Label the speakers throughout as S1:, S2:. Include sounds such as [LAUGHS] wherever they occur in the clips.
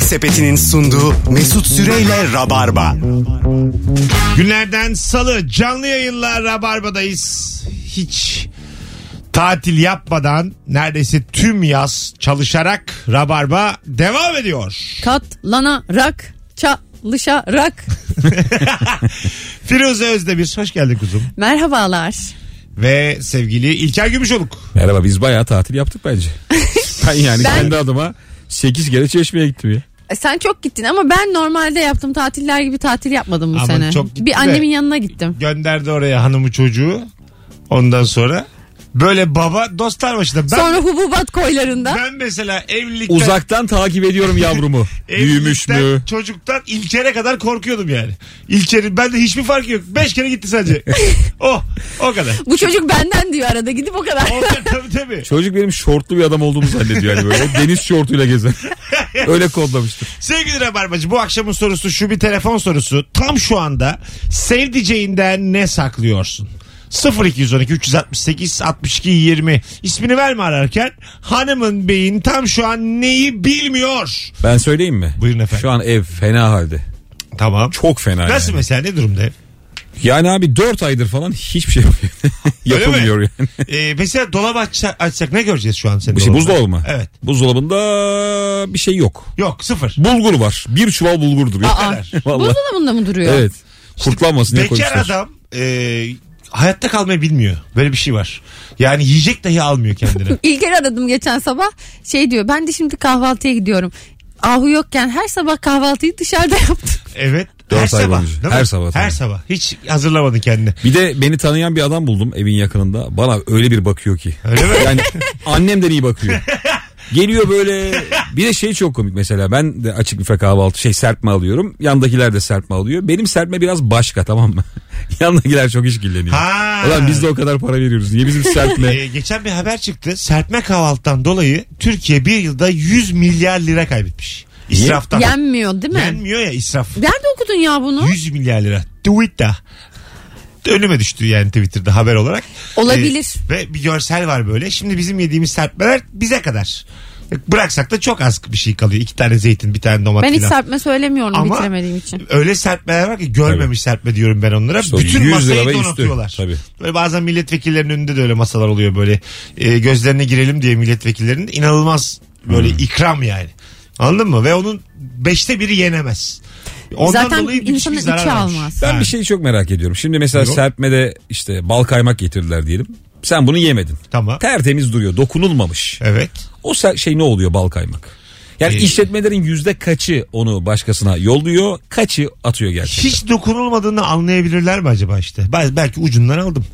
S1: Sepeti'nin sunduğu Mesut Süreyle Rabarba.
S2: Günlerden salı canlı yayınla Rabarba'dayız. Hiç tatil yapmadan neredeyse tüm yaz çalışarak Rabarba devam ediyor.
S3: Katlanarak, çalışarak.
S2: Firuze Özdemir hoş geldin kuzum.
S3: Merhabalar.
S2: Ve sevgili İlker Gümüşoluk.
S4: Merhaba biz bayağı tatil yaptık
S2: [LAUGHS]
S4: bence. ben yani
S3: Ben-
S4: kendi adıma 8 kere çeşmeye gittim ya.
S3: E, Sen çok gittin ama ben normalde yaptım tatiller gibi tatil yapmadım bu
S2: Ama
S3: sene.
S2: çok gitti
S3: bir annemin
S2: de.
S3: yanına gittim.
S2: Gönderdi oraya hanımı çocuğu. Ondan sonra böyle baba dostlar başında. Ben,
S3: Sonra hububat koylarında.
S2: ben mesela evlilikten,
S4: Uzaktan takip ediyorum yavrumu.
S2: [LAUGHS]
S4: Büyümüş
S2: evlilikten,
S4: mü?
S2: çocuktan İlker'e kadar korkuyordum yani. İlker'in bende hiçbir farkı yok. Beş kere gitti
S4: [LAUGHS]
S2: sadece. oh o kadar.
S3: Bu çocuk benden diyor arada gidip o kadar.
S2: Onlar tabii tabii.
S4: Çocuk benim şortlu bir adam olduğumu zannediyor yani böyle. O Deniz
S2: [LAUGHS]
S4: şortuyla gezen. Öyle kodlamıştır.
S2: Sevgili Rabarbacı bu akşamın sorusu şu bir telefon sorusu. Tam şu anda sevdiceğinden ne saklıyorsun? 0212 368 62 20 ismini verme ararken hanımın beyin tam şu an neyi bilmiyor?
S4: Ben söyleyeyim mi?
S2: Buyurun efendim.
S4: Şu an ev fena halde.
S2: Tamam.
S4: Çok fena
S2: Nasıl
S4: yani.
S2: mesela ne durumda?
S4: Yani abi 4 aydır falan hiçbir şey yapmıyor.
S2: [LAUGHS] Öyle mi?
S4: yapılmıyor yani.
S2: [LAUGHS] Ee, mesela dolabı açsa- açsak ne göreceğiz şu an senin
S4: Bir şey
S2: dolabında?
S4: buzdolabı mı?
S2: Evet.
S4: Buzdolabında bir şey yok.
S2: Yok sıfır.
S4: Bulgur var. Bir çuval bulgur duruyor.
S3: Aa,
S2: kadar.
S4: [LAUGHS]
S3: [LAUGHS]
S4: Vallahi.
S3: buzdolabında mı duruyor?
S4: Evet. Kurtlanmasın diye
S2: Bekar
S4: koymuşlar.
S2: adam e, hayatta kalmayı bilmiyor. Böyle bir şey var. Yani yiyecek dahi almıyor kendine.
S3: İlker aradım geçen sabah. Şey diyor ben de şimdi kahvaltıya gidiyorum. Ahu yokken her sabah kahvaltıyı dışarıda yaptım.
S2: Evet.
S4: Dört
S2: her
S4: ay
S2: sabah.
S4: boyunca.
S2: değil mi?
S4: Her sabah
S2: Her
S4: tabii.
S2: sabah. Hiç hazırlamadın kendini.
S4: Bir de beni tanıyan bir adam buldum evin yakınında. Bana öyle bir bakıyor ki.
S2: Öyle mi? [LAUGHS]
S4: Yani annemden iyi bakıyor. Geliyor böyle bir de şey çok komik mesela ben de açık büfe kahvaltı şey serpme alıyorum. Yandakiler de serpme alıyor. Benim serpme biraz başka tamam mı? [LAUGHS] Yandakiler çok işkilleniyor.
S2: Ha.
S4: Ulan biz de o kadar para veriyoruz. Niye bizim serpme?
S2: [LAUGHS] Ee, geçen bir haber çıktı. Serpme kahvaltıdan dolayı Türkiye bir yılda 100 milyar lira kaybetmiş. İsraftan.
S3: Yenmiyor değil mi?
S2: Yenmiyor ya israf.
S3: Nerede okudun ya bunu?
S2: 100 milyar lira. Twitter. Önüme düştü yani Twitter'da haber olarak.
S3: Olabilir.
S2: Ee, ve bir görsel var böyle. Şimdi bizim yediğimiz serpmeler bize kadar. Bıraksak da çok az bir şey kalıyor. İki tane zeytin, bir tane domates.
S3: Ben hiç
S2: filan.
S3: serpme söylemiyorum
S2: Ama-
S3: bitiremediğim için.
S2: Öyle serpmeler var ki görmemiş serpme diyorum ben onlara.
S4: İşte o
S2: Bütün
S4: 100 lira
S2: masayı
S4: ve üstü.
S2: donatıyorlar.
S4: Tabii.
S2: Böyle bazen milletvekillerinin önünde de öyle masalar oluyor böyle. E, gözlerine girelim diye milletvekillerinin inanılmaz böyle
S4: Hmm.
S2: ikram yani. Anladın mı? Ve onun beşte biri yenemez. Ondan
S3: Zaten
S2: dolayı müthiş
S3: insanın
S2: bir zarar
S3: içi
S2: varmış.
S3: almaz.
S4: Ben
S2: Ha.
S4: bir şeyi çok merak ediyorum. Şimdi mesela
S2: Yok.
S4: serpmede işte bal kaymak getirdiler diyelim. Sen bunu yemedin.
S2: Tamam.
S4: Tertemiz duruyor. Dokunulmamış.
S2: Evet.
S4: O se- şey ne oluyor bal kaymak? Yani
S2: Ee,
S4: işletmelerin yüzde kaçı onu başkasına yolluyor, kaçı atıyor gerçekten?
S2: Hiç dokunulmadığını anlayabilirler mi acaba işte? Ben belki ucundan aldım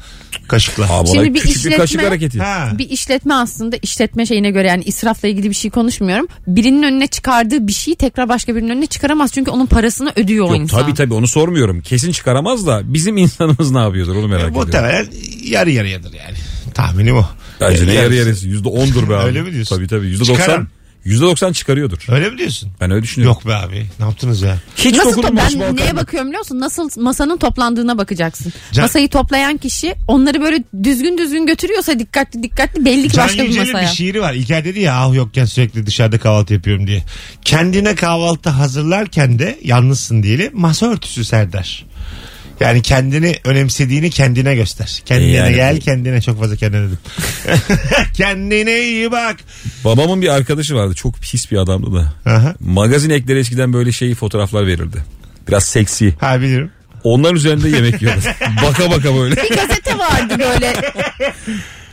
S2: kaşıkla.
S4: Abi
S3: Şimdi
S4: olay
S3: bir
S4: küçük
S3: işletme-
S4: bir kaşık hareketi.
S2: Ha.
S3: Bir işletme aslında işletme şeyine göre yani israfla ilgili bir şey konuşmuyorum. Birinin önüne çıkardığı bir şeyi tekrar başka birinin önüne çıkaramaz. Çünkü onun parasını ödüyor o
S4: Yok,
S3: insan.
S4: tabii tabii onu sormuyorum. Kesin çıkaramaz da bizim [LAUGHS] insanımız ne yapıyordur onu merak ediyorum.
S2: E, Muhtemelen yarı yarıyadır yani. Ee, Tahminim o.
S4: Bence ne
S2: Yarı-
S4: yarı yarısı yüzde ondur be abi.
S2: Öyle mi diyorsun?
S4: Tabii tabii yüzde
S2: Çıkaran.
S4: doksan. Yüzde doksan çıkarıyordur.
S2: Öyle mi diyorsun?
S4: Ben öyle düşünüyorum.
S2: Yok be abi. Ne yaptınız ya?
S4: Hiç
S3: Nasıl to-
S4: dokunulmamış
S3: ben
S4: bal
S3: neye
S4: kaymak.
S3: bakıyorum biliyor musun? Nasıl masanın toplandığına bakacaksın.
S2: Can-
S3: Masayı toplayan kişi onları böyle düzgün düzgün götürüyorsa dikkatli dikkatli belli ki
S2: Can
S3: başka bir
S2: Yücel'in bir şey-
S3: masaya.
S2: şiiri var. İlker dedi ya ah yokken sürekli dışarıda kahvaltı yapıyorum diye. Kendine kahvaltı hazırlarken de yalnızsın diyelim masa örtüsü Serdar. Yani kendini önemsediğini kendine göster. Kendine
S4: Yani-
S2: gel kendine çok fazla kendine dedim. [LAUGHS] kendine iyi bak.
S4: Babamın bir arkadaşı vardı çok pis bir adamdı da.
S2: Aha.
S4: Magazin ekleri eskiden böyle şey fotoğraflar verirdi. Biraz seksi.
S2: Ha bilirim.
S4: Onların üzerinde
S3: [LAUGHS]
S4: yemek yiyordu. baka baka böyle.
S3: Bir gazete vardı böyle.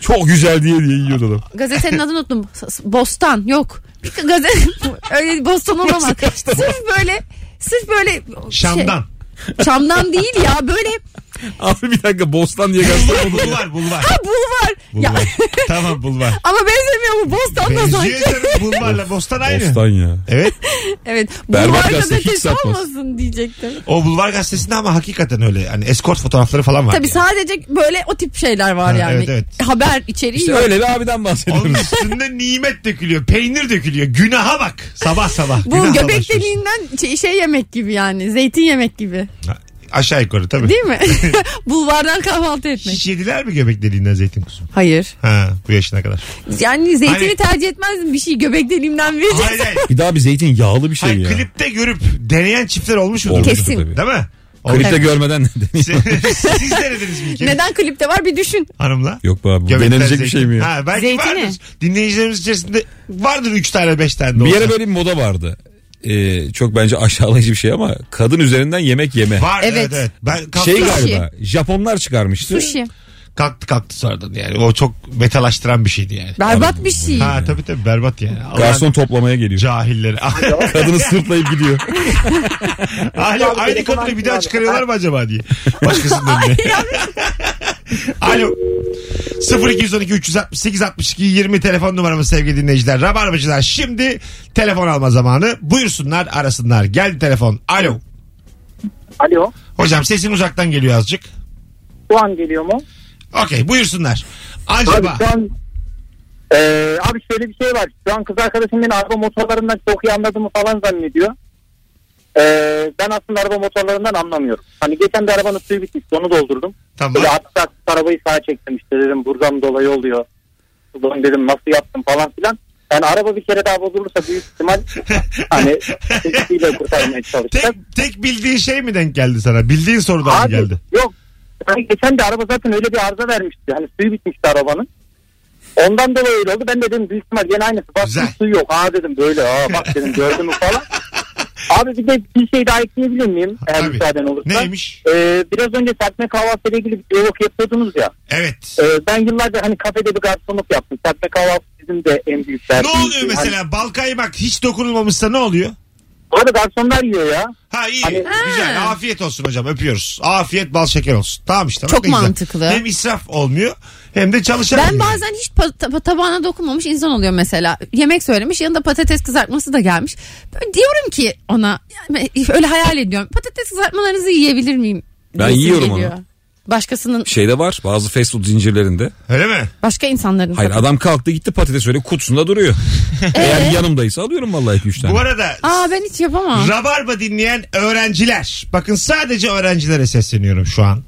S4: Çok güzel diye diye yiyordu adam.
S3: Gazetenin adını unuttum. S- s- Bostan yok. Bir gazete [LAUGHS] öyle bostan olamaz. sırf böyle sırf böyle
S2: Şam'dan.
S3: şey- Şam'dan değil ya böyle
S4: [LAUGHS] Abi bir dakika Bostan diye gazete buldum.
S2: bulvar bulvar.
S3: Şey- ha bulvar. Ya,
S2: bulvar. tamam bulvar.
S3: [LAUGHS] ama benzemiyor mu bostan da
S2: Benziyor
S3: sanki.
S2: canım, bulvarla bostan aynı.
S4: Bostan ya.
S2: Evet
S3: evet.
S4: Berbat
S3: Bulvar
S4: gazete, hiç
S3: gazetesi
S4: satmaz.
S3: olmasın diyecektim.
S2: o bulvar gazetesinde ama hakikaten öyle. Hani eskort fotoğrafları falan var.
S3: Tabii
S2: yani.
S3: sadece böyle o tip şeyler var
S2: Ha,
S3: yani.
S2: evet, evet.
S3: Haber içeriği
S4: İşte
S3: yok.
S4: öyle bir abiden
S2: Onun
S4: bahsediyoruz.
S2: üstünde nimet dökülüyor. Peynir dökülüyor. Günaha bak. Sabah sabah.
S3: Bu
S2: günahla
S3: göbek
S2: başlıyorsun.
S3: deliğinden şey, şey yemek gibi yani. Zeytin yemek gibi.
S2: Ha, aşağı yukarı tabii. [LAUGHS]
S3: Değil mi? [LAUGHS] Bulvardan kahvaltı etmek.
S2: Hiç yediler mi göbek deliğinden zeytin kuzusu?
S3: Hayır.
S2: Ha bu yaşına kadar.
S3: Yani zeytini
S2: Hayır.
S3: tercih etmezdim bir şey göbek deliğimden verecek.
S2: Hayır
S4: [LAUGHS]
S2: hayır.
S4: Bir daha bir zeytin yağlı bir şey
S2: Hayır,
S4: ya.
S2: klipte görüp deneyen çiftler olmuş mudur?
S4: Olmuştur
S3: Kesin.
S4: tabii.
S2: Değil mi? Olmuş.
S4: Klipte görmeden
S2: Siz, [LAUGHS] siz denediniz mi? ki?
S3: Neden klipte var bir düşün.
S2: Hanımla.
S4: Yok be abi. bu
S2: Göbekten
S4: Denilecek bir
S2: zeytin.
S4: şey mi ya?
S2: Ha, belki
S3: Zeytini.
S2: vardır. Dinleyicilerimiz içerisinde vardır 3 tane 5 tane de
S4: Bir
S2: olsa.
S4: yere böyle bir moda vardı. Ee, çok bence aşağılayıcı bir şey ama kadın üzerinden yemek yeme.
S2: Var evet. evet,
S3: Evet.
S2: Ben kalktı,
S4: Şey
S3: Sushi.
S4: galiba Japonlar çıkarmıştı.
S3: Sushi.
S2: kalktı kalktı sonradan yani. O çok metalaştıran bir şeydi yani.
S3: Berbat bir şey.
S2: Ha tabii tabii berbat yani. Garson
S4: Garson toplamaya geliyor.
S2: cahilleri. [LAUGHS]
S4: Kadını sırtlayıp gidiyor.
S2: Alo aynı kadını bir daha çıkarıyorlar mı acaba diye. Başkasının
S5: [LAUGHS]
S2: önüne. [LAUGHS] Alo. 0212 368 62 20 telefon numaramız sevgili dinleyiciler. Rabarbacılar şimdi telefon alma zamanı. Buyursunlar arasınlar. Geldi telefon. Alo.
S5: Alo.
S2: Hocam sesin uzaktan geliyor azıcık.
S5: Şu an geliyor mu?
S2: Okey buyursunlar.
S5: Abi
S2: Acaba
S5: şu an Ee, abi şöyle bir şey var. Şu an kız arkadaşım beni araba motorlarından çok iyi anladığımı falan zannediyor. Ee, ben aslında araba motorlarından anlamıyorum. Hani geçen de arabanın suyu bitmişti onu doldurdum.
S2: Tamam.
S5: Böyle hatta arabayı sağa çektim işte dedim buradan dolayı oluyor. Ulan dedim nasıl yaptım falan filan. Yani araba bir kere daha bozulursa büyük
S2: [LAUGHS]
S5: ihtimal hani sesiyle kurtarmaya çalışacak.
S2: tek, tek bildiğin şey mi denk geldi sana? Bildiğin sorudan mı
S5: Abi,
S2: geldi?
S5: Yok. Yani geçen de araba zaten öyle bir arıza vermişti. Hani suyu bitmişti arabanın. Ondan dolayı öyle oldu. Ben de dedim büyük ihtimal gene aynısı. Baktım
S2: Güzel.
S5: su yok. Aa dedim böyle. Aa bak dedim gördün mü
S2: [LAUGHS]
S5: falan. Abi bir de bir şey daha ekleyebilir miyim? Eğer
S2: Tabii.
S5: müsaaden olursa.
S2: Neymiş?
S5: Ee, biraz önce serpme kahvaltıyla ilgili bir diyalog yapıyordunuz ya.
S2: Evet.
S5: Ee, ben yıllarca hani kafede bir garsonluk yaptım. Serpme kahvaltı bizim de en büyük Hani
S2: Ne
S5: derdimiz.
S2: oluyor mesela? Bal kaymak hiç dokunulmamışsa ne oluyor?
S5: Hani, orada garsonlar yiyor ya.
S2: Ha iyi.
S5: Hani-
S2: Güzel. Afiyet olsun hocam. Öpüyoruz. Afiyet bal şeker olsun. Tamam işte. bak
S3: Çok
S2: ne güzel.
S3: mantıklı.
S2: Hem israf olmuyor hem de çalışan.
S3: Ben
S2: yani.
S3: bazen hiç pa- ta- tabağına dokunmamış insan oluyor mesela. Yemek söylemiş yanında patates kızartması da gelmiş. Böyle diyorum ki ona yani öyle hayal ediyorum. Patates kızartmalarınızı yiyebilir miyim?
S4: Ben
S3: Diyesim
S4: yiyorum onu.
S3: Başkasının
S4: Şeyde Şey var bazı fast food zincirlerinde.
S2: Öyle mi?
S3: başka insanların.
S4: Hayır
S3: tabii.
S4: adam kalktı gitti patates öyle kutusunda duruyor. Eğer yanımdaysa alıyorum vallahi 2-3
S2: Bu
S4: tane.
S2: arada
S3: Aa ben hiç yapamam.
S2: Rabarba dinleyen öğrenciler. Bakın sadece öğrencilere sesleniyorum şu an.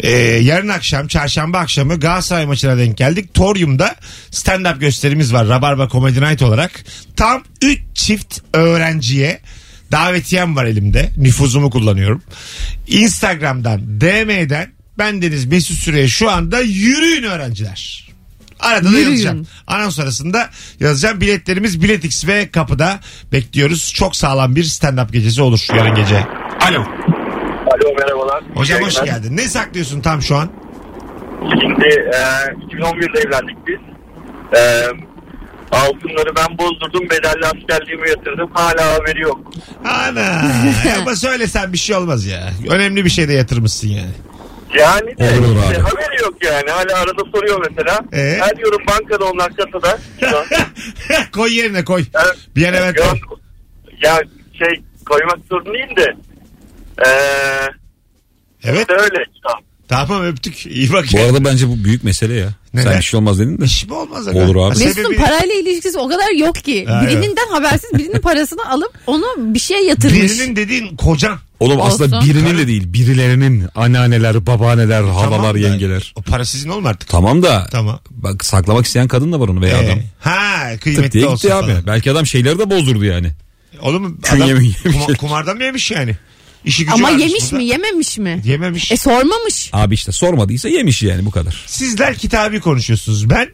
S2: Ee, yarın akşam çarşamba akşamı Galatasaray maçına denk geldik. Torium'da stand-up gösterimiz var Rabarba Comedy Night olarak. Tam 3 çift öğrenciye davetiyem var elimde. Nüfuzumu kullanıyorum. Instagram'dan DM'den ben Deniz Mesut Süre'ye şu anda yürüyün öğrenciler. Arada da
S3: Yürüyün.
S2: yazacağım. Anons arasında yazacağım. Biletlerimiz Biletix ve kapıda bekliyoruz. Çok sağlam bir stand-up gecesi olur yarın gece. Alo.
S6: Alo merhabalar.
S2: Hocam hoş
S6: Yayınlar.
S2: geldin. Ne saklıyorsun tam şu an?
S6: Şimdi e, 2011'de evlendik biz. E, altınları ben bozdurdum. Bedelli askerliğimi yatırdım. Hala haberi yok.
S2: Ana.
S3: [LAUGHS]
S2: Ama söylesen bir şey olmaz ya. Önemli bir şey de yatırmışsın yani. [LAUGHS]
S6: Yani de,
S4: Olur
S6: işte
S4: abi.
S6: haberi yok yani. Hala arada soruyor mesela.
S2: Ee?
S6: Ben diyorum bankada onlar kasada.
S2: [LAUGHS]
S6: Şu an.
S2: koy yerine koy.
S6: Evet.
S2: Bir an evvel koy.
S6: Yok, Ya şey koymak zorunda değil de. E,
S2: Evet.
S6: de öyle. Tamam.
S2: Tamam öptük. İyi bak. [LAUGHS]
S4: Bu arada bence bu büyük mesele ya.
S2: Şey- Neden?
S4: Sen bir şey olmaz dedin de.
S2: İş mi olmaz? aga?
S4: Olur abi.
S2: Ha,
S3: Mesut'un
S2: sebebi-
S3: parayla ilişkisi o kadar yok ki.
S2: Ha, evet.
S3: Birinden habersiz birinin parasını alıp onu bir şeye yatırmış.
S2: Birinin dediğin kocan.
S4: Oğlum aslında
S3: Olsun.
S4: birinin de değil birilerinin anneanneler, babaanneler, halalar,
S2: Tamam da,
S4: yengeler.
S2: O para sizin olma artık.
S4: Tamam da
S2: Tamam.
S4: bak saklamak isteyen kadın da var onu veya
S2: Ee,
S4: adam.
S2: Ha
S4: Tık
S2: kıymetli
S4: diye
S2: olsun
S4: gitti abi.
S2: falan.
S4: Belki adam şeyleri de bozdurdu yani.
S2: Oğlum
S4: Kün
S2: adam
S4: yemin-
S2: kuma-
S4: yemiş.
S2: kumardan mı yemiş yani? İşi gücü
S3: Ama
S2: varmış
S3: yemiş
S2: burada.
S3: mi yememiş mi?
S2: Yememiş.
S3: E sormamış.
S4: Abi işte sormadıysa yemiş yani bu kadar.
S2: Sizler kitabi konuşuyorsunuz. Ben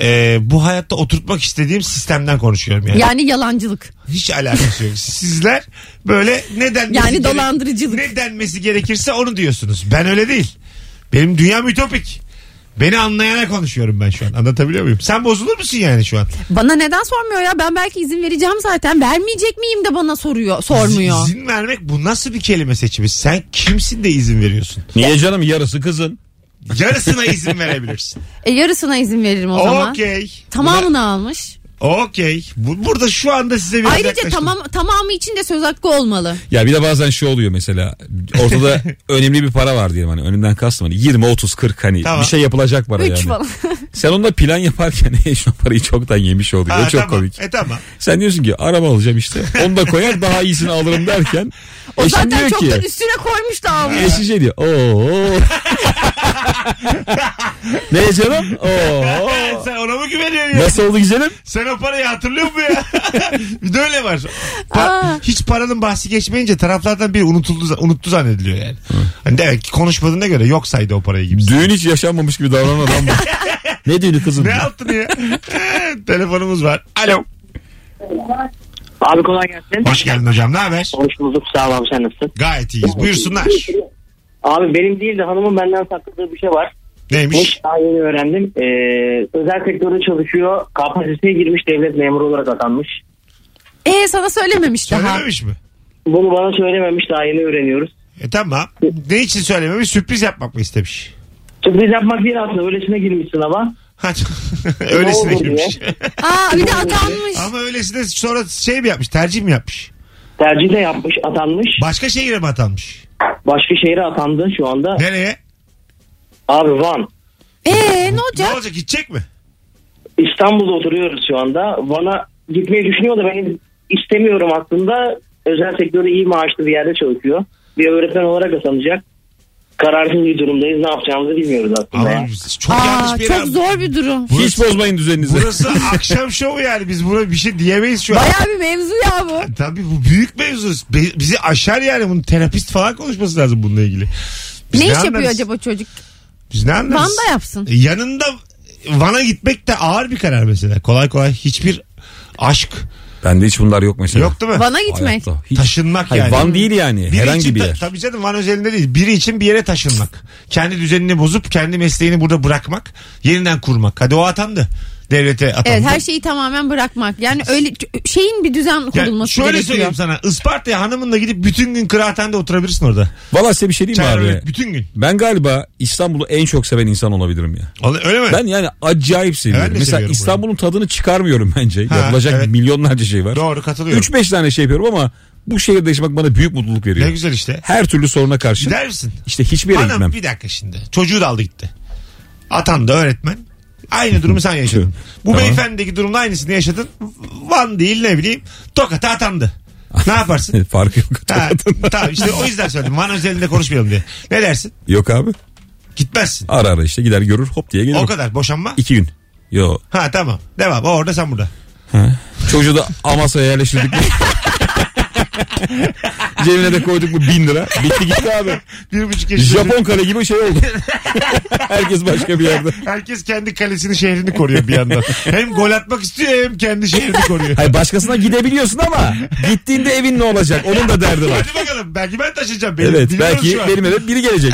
S2: e, bu hayatta oturtmak istediğim sistemden konuşuyorum yani.
S3: Yani yalancılık.
S2: Hiç alakası yok. Sizler böyle ne denmesi
S3: Yani
S2: gerek-
S3: dolandırıcılık.
S2: ne denmesi gerekirse onu diyorsunuz. Ben öyle değil. Benim dünyam ütopik. Beni anlayana konuşuyorum ben şu an. Anlatabiliyor muyum? Sen bozulur musun yani şu an?
S3: Bana neden sormuyor ya? Ben belki izin vereceğim zaten. Vermeyecek miyim de bana soruyor, sormuyor.
S2: İzin vermek bu nasıl bir kelime seçimi? Sen kimsin de izin veriyorsun?
S4: Niye canım yarısı kızın.
S2: Yarısına izin verebilirsin.
S3: E yarısına izin veririm o zaman.
S2: Okey.
S3: Tamamını almış.
S2: Okey. Bu- Burada şu anda size biraz
S3: Ayrıca
S2: yaklaştım.
S3: tamam tamamı için de söz hakkı olmalı.
S4: Ya bir de bazen şu oluyor mesela
S2: [LAUGHS]
S4: ortada önemli bir para var diyelim hani önümden kastım hani 20 30 40 hani
S2: Tamam.
S4: bir şey yapılacak para
S3: Üç
S4: yani.
S3: falan. [LAUGHS]
S4: Sen onunla plan yaparken [LAUGHS] eş o parayı çoktan yemiş oluyor.
S2: Ha,
S4: o çok
S2: tamam.
S4: komik.
S2: E tamam.
S4: Sen diyorsun ki araba alacağım işte. Onu da koyar daha iyisini alırım derken.
S3: O
S4: eşin
S3: zaten
S4: diyor ki-
S3: çoktan üstüne koymuş da almış.
S4: Eşi şey diyor. Oo. [LAUGHS] ne canım? [LAUGHS] Oo.
S2: Sen ona mı güveniyorsun ya?
S4: Nasıl oldu güzelim?
S2: Sen o parayı hatırlıyor musun ya? [LAUGHS] bir de öyle var. Pa-
S3: Aa.
S2: hiç paranın bahsi geçmeyince taraflardan biri unutuldu, unuttu zannediliyor yani. Hani demek ki konuşmadığına göre yok saydı o parayı gibi.
S4: Düğün hiç yaşanmamış gibi davranan adam bu. ne düğünü kızım?
S2: ne yaptın ya? [LAUGHS] Telefonumuz var. Alo.
S5: Abi kolay gelsin.
S2: Hoş geldin hocam. Ne haber?
S5: Hoş bulduk sağ ol abi sen nasılsın?
S2: Gayet iyiyiz. Buyursunlar.
S5: Abi benim değil de hanımın benden sakladığı bir şey var.
S2: Neymiş?
S5: Hiç daha yeni öğrendim. Ee, özel sektörde çalışıyor. KPSS'ye girmiş devlet memuru olarak atanmış.
S3: Ee sana söylememiş daha.
S2: Söylememiş mi?
S5: Bunu bana söylememiş daha yeni öğreniyoruz.
S2: E tamam. Ne için söylememiş? Sürpriz yapmak mı istemiş?
S5: Sürpriz yapmak değil aslında öylesine girmiş sınava.
S2: Ha,
S5: [LAUGHS]
S2: öylesine
S5: Ne oldu
S2: girmiş.
S3: Aa bir de atanmış.
S2: [LAUGHS] Ama öylesine sonra şey mi yapmış? Tercih mi yapmış?
S5: Tercih de yapmış atanmış.
S2: Başka şehire mi atanmış?
S5: Başka şehre atandı şu anda.
S2: Nereye?
S5: Abi Van.
S3: Ee ne
S2: Ne
S3: olacak?
S2: olacak? Gidecek mi?
S5: İstanbul'da oturuyoruz şu anda. Van'a gitmeyi düşünüyor da ben istemiyorum aslında. Özel sektörde iyi maaşlı bir yerde çalışıyor. Bir öğretmen olarak atanacak. Kararsız bir durumdayız. Ne yapacağımızı bilmiyoruz aslında.
S2: Ama
S5: ya.
S2: çok yanlış
S3: Aa
S2: bir
S3: çok
S2: yer.
S3: zor bir durum.
S4: Hiç bozmayın düzeninizi.
S3: [LAUGHS]
S2: Burası akşam şovu yani biz buna bir şey diyemeyiz şu an.
S3: Bayağı bir mevzu ya bu.
S2: Tabii bu büyük mevzu. Be- Bizi aşar yani bunun terapist falan konuşması lazım bununla ilgili. Biz
S3: ne iş
S2: anlarız?
S3: yapıyor acaba çocuk?
S2: Biz ne anlarız?
S3: Van'da yapsın.
S2: E, Yanında Van'a gitmek de ağır bir karar mesela. Kolay kolay hiçbir aşk
S4: Bende hiç bunlar yok mesela.
S2: yok değil mi?
S3: Van'a gitmek.
S4: Hayatta hiç.
S2: Taşınmak
S4: Hayır,
S2: yani.
S4: Van değil yani.
S2: Biri
S4: Herhangi
S2: için
S4: bir
S2: ta-
S4: yer.
S2: Tabii canım Van özelinde değil. Biri için bir yere taşınmak. Kendi düzenini bozup kendi mesleğini burada bırakmak. Yeniden kurmak. Hadi o atandı. Devlete atandı.
S3: Evet her şeyi tamamen bırakmak. Yani öyle şeyin bir düzen
S2: Yani
S3: şey kurulması
S2: şöyle
S3: gerekiyor.
S2: söyleyeyim sana. Isparta'ya hanımınla gidip bütün gün kıraathanede oturabilirsin orada.
S4: Valla size bir şey diyeyim mi
S2: Çağrı
S4: abi?
S2: Bey, bütün gün.
S4: Ben galiba İstanbul'u en çok seven insan olabilirim ya.
S2: Ola- Öyle mi?
S4: Ben yani acayip seviyorum.
S2: Ben de
S4: Mesela
S2: seviyorum
S4: İstanbul'un tadını çıkarmıyorum bence.
S2: Ha,
S4: Yapılacak
S2: evet.
S4: milyonlarca şey var.
S2: Doğru katılıyorum.
S4: 3-5 tane şey yapıyorum ama bu şehirde yaşamak bana büyük mutluluk veriyor.
S2: Ne güzel işte.
S4: Her türlü soruna karşı
S2: Gider misin?
S4: işte hiçbir yere
S2: Hanım
S4: gitmem.
S2: bir dakika şimdi. Çocuğu da aldı gitti. Atan da öğretmen. Aynı durumu sen yaşadın. Bu
S4: Tamam.
S2: beyefendideki durumda aynısını yaşadın. Van değil ne bileyim. Tokat'a atandı.
S4: [LAUGHS]
S2: Ne yaparsın?
S4: Farkı yok.
S2: ha, tamam işte o yüzden söyledim. Van özelinde konuşmayalım diye. Ne dersin?
S4: [LAUGHS] Yok abi.
S2: Gitmezsin.
S4: Ara ara işte gider görür hop diye gelir.
S2: O kadar boşanma.
S4: İki gün. Yo.
S2: Ha tamam. Devam. O orada sen burada.
S4: Çocuğu da
S2: [LAUGHS]
S4: Amasya'ya yerleştirdik mi? Cebine de koyduk mu bin lira. Bitti gitti abi.
S2: Bir buçuk yaşında.
S4: Japon kale gibi şey oldu. [LAUGHS] Herkes başka bir yerde.
S2: Herkes kendi kalesini şehrini koruyor bir yandan. hem gol atmak istiyor hem kendi şehrini koruyor.
S4: Hayır başkasına gidebiliyorsun ama gittiğinde evin ne olacak? Onun da derdi var.
S2: Hadi bakalım belki ben taşınacağım. [LAUGHS] Benim,
S4: Evet
S2: bilmiyorum
S4: belki
S2: şu an.
S4: benim eve
S2: [LAUGHS]
S4: biri gelecek.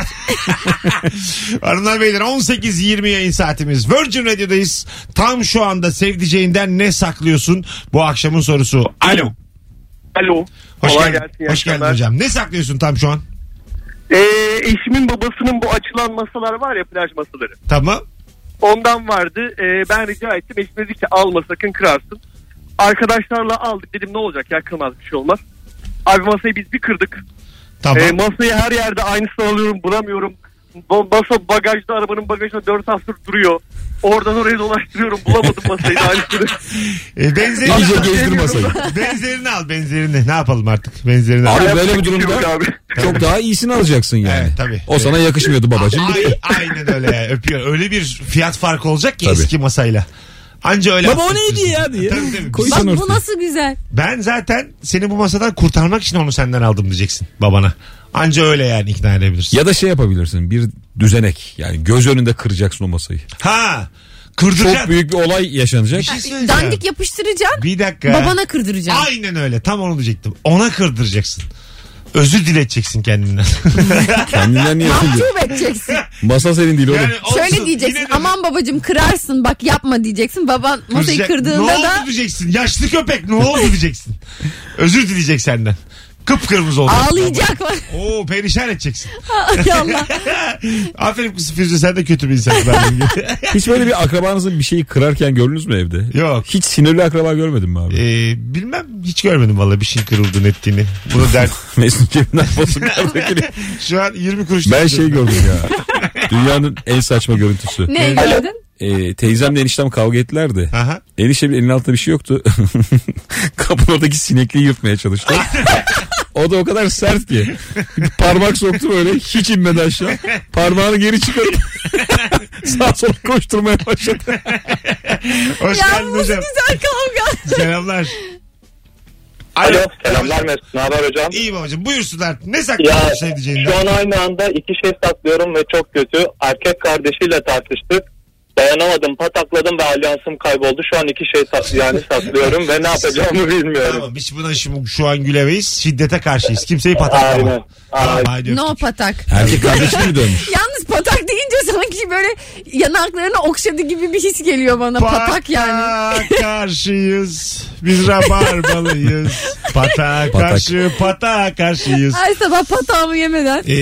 S2: Hanımlar beyler 18-20 yayın saatimiz. Virgin Radio'dayız. Tam şu anda sevdiceğinden ne saklıyorsun? Bu akşamın sorusu. Alo.
S7: Alo.
S2: Hoş
S7: Kolay
S2: geldin.
S7: gelsin, iyi
S2: Hoş geldin
S7: akşamlar.
S2: hocam. Ne saklıyorsun tam şu an?
S7: Ee, eşimin babasının bu açılan masalar var ya plaj masaları.
S2: Tamam.
S7: Ondan vardı. Ee, ben rica ettim. Eşim dedi ki alma sakın kırarsın. Arkadaşlarla aldık dedim ne olacak ya kırmaz bir şey olmaz. Abi masayı biz bir kırdık.
S2: Tamam.
S7: Ee, masayı her yerde aynısını alıyorum bulamıyorum. Bu Masa bagajda arabanın bagajında 4 hafta duruyor. Oradan oraya dolaştırıyorum bulamadım masayı da aynısını.
S2: E,
S4: İyice
S2: benzerini,
S4: gezdir masayı.
S2: benzerini al benzerini. Ne yapalım artık? Benzerini al.
S4: Abi böyle bir
S7: Yok
S4: durumda
S7: abi.
S4: çok daha iyisini alacaksın yani.
S2: Evet, tabii.
S4: O sana yakışmıyordu babacığım.
S2: Ay, aynen öyle. Öpüyor. Öyle bir fiyat farkı olacak ki
S4: Tabii.
S2: eski masayla. Anca öyle.
S4: Baba o
S2: affedersin.
S4: neydi ya diye.
S2: Tabii, tabii.
S4: Koy-
S3: Bak
S4: İnsan
S3: bu
S4: ortaya.
S3: nasıl güzel.
S2: Ben zaten seni bu masadan kurtarmak için onu senden aldım diyeceksin babana. Anca öyle yani ikna edebilirsin.
S4: Ya da şey yapabilirsin bir düzenek yani göz önünde kıracaksın o masayı.
S2: Ha. Kırdıracaksın.
S4: Çok büyük bir olay yaşanacak.
S2: Bir şey söyleyeceğim.
S3: Dandik yapıştıracaksın.
S2: Bir dakika.
S3: Babana kırdıracaksın.
S2: Aynen öyle. Tam onu diyecektim. Ona kırdıracaksın. Özür dileteceksin kendinden.
S4: Kendinden niye yapayım
S2: [LAUGHS]
S4: diyor.
S3: Mahcup edeceksin.
S4: Masa senin değil oğlum.
S2: Yani olsun.
S3: Şöyle
S2: Yine
S3: diyeceksin.
S2: de-
S3: Aman babacım kırarsın bak yapma diyeceksin. Baban masayı
S2: Kıracak.
S3: kırdığında
S2: Ne
S3: da
S2: oldu diyeceksin. Yaşlı köpek ne oldu diyeceksin. Özür dileyecek senden. Kıpkırmızı oldu.
S3: Ağlayacak mı?
S2: Oo perişan edeceksin.
S3: [LAUGHS]
S2: [LAUGHS]
S3: Ay Allah.
S2: Aferin kız Firuze sen de kötü bir insansın. benim gibi.
S4: Hiç böyle bir akrabanızın bir şeyi kırarken gördünüz mü
S2: [LAUGHS]
S4: evde?
S2: Yok.
S4: Hiç sinirli akraba görmedim mi abi?
S2: Ee, bilmem hiç görmedim valla bir şey kırıldığını ettiğini. Bunu der.
S4: [LAUGHS] Mesut cebinden
S2: [LAUGHS]
S4: basınlar dökülüyor.
S2: Şu an 20 kuruş.
S4: Ben şey gördüm
S2: [LAUGHS]
S4: ya. Dünyanın en saçma görüntüsü.
S3: ne gördün?
S4: Ee, teyzemle eniştem kavga ettiler de.
S2: Aha.
S4: Eniştemin elinin altında bir şey yoktu. [LAUGHS] Kapıdaki sinekliği yırtmaya çalıştı. o da o kadar sert ki. Parmak soktu böyle hiç inmedi aşağı. Parmağını geri çıkarıp [LAUGHS] sağa sola koşturmaya başladı.
S2: Hoş
S3: Ya bu
S2: geldin
S3: nasıl
S2: hocam.
S3: güzel kavga.
S2: Selamlar.
S6: Alo selamlar Mesut ne haber hocam?
S2: İyi babacığım buyursunlar. Ne
S6: Ya
S2: saklıyorsun şey diyeceğinden?
S6: şu an aynı anda iki şey saklıyorum ve çok kötü. Erkek kardeşiyle tartıştık. Dayanamadım patakladım ve alyansım kayboldu. Şu an iki şey sak- yani saklıyorum ve ne yapacağımı bilmiyorum.
S2: Tamam biz buna şimdi şu an gülemeyiz. Şiddete karşıyız. Kimseyi
S6: Aynen,
S2: pataklama.
S6: aynen.
S2: Tamam, hadi
S3: No
S2: öptük.
S3: patak.
S4: Erkek kardeşi mi dönmüş?
S3: Yalnız patak deyince sanki böyle yanaklarını okşadı gibi bir his geliyor bana. Patak yani.
S2: Patağa [LAUGHS] karşıyız. Biz rabarbalıyız. Patağa karşı, patağa karşıyız.
S3: Her sabah patağımı yemeden.
S2: Ee,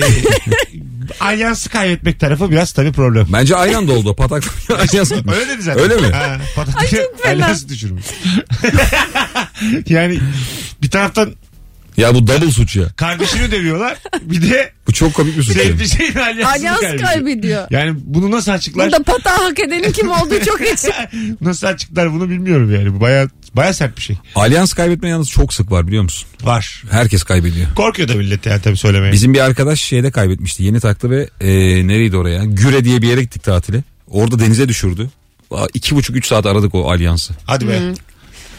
S2: alyansı kaybetmek tarafı biraz tabii problem.
S4: Bence aynı anda oldu. Patak [LAUGHS] ayaz gitmiş.
S2: Öyle dedi zaten.
S4: Öyle mi?
S2: Ha,
S3: Ay
S2: patatesi
S3: çok fena.
S2: alyansı düşürmüş. [LAUGHS] yani bir taraftan
S4: Ya bu double suç ya.
S2: kardeşini dövüyorlar. Bir de
S4: Bu çok komik bir suç. yani.
S2: sevdiceğin alyansını
S3: Alyans
S2: kaybediyor.
S3: kaybediyor.
S2: Yani bunu nasıl açıklar? [LAUGHS]
S3: Burada patağı hak edenin kim olduğu çok açık.
S2: Nasıl açıklar bunu bilmiyorum yani. Bu baya baya sert bir şey.
S4: Alyans kaybetme yalnız çok sık var biliyor musun?
S2: Var.
S4: Herkes kaybediyor.
S2: Korkuyor da millet yani tabii söylemeye.
S4: Bizim bir arkadaş şeyde kaybetmişti. Yeni taktı ve e, nereydi oraya? Güre diye bir yere gittik tatile. Orada denize düşürdü. Aa, iki buçuk üç saat aradık o alyansı.
S2: Hadi be.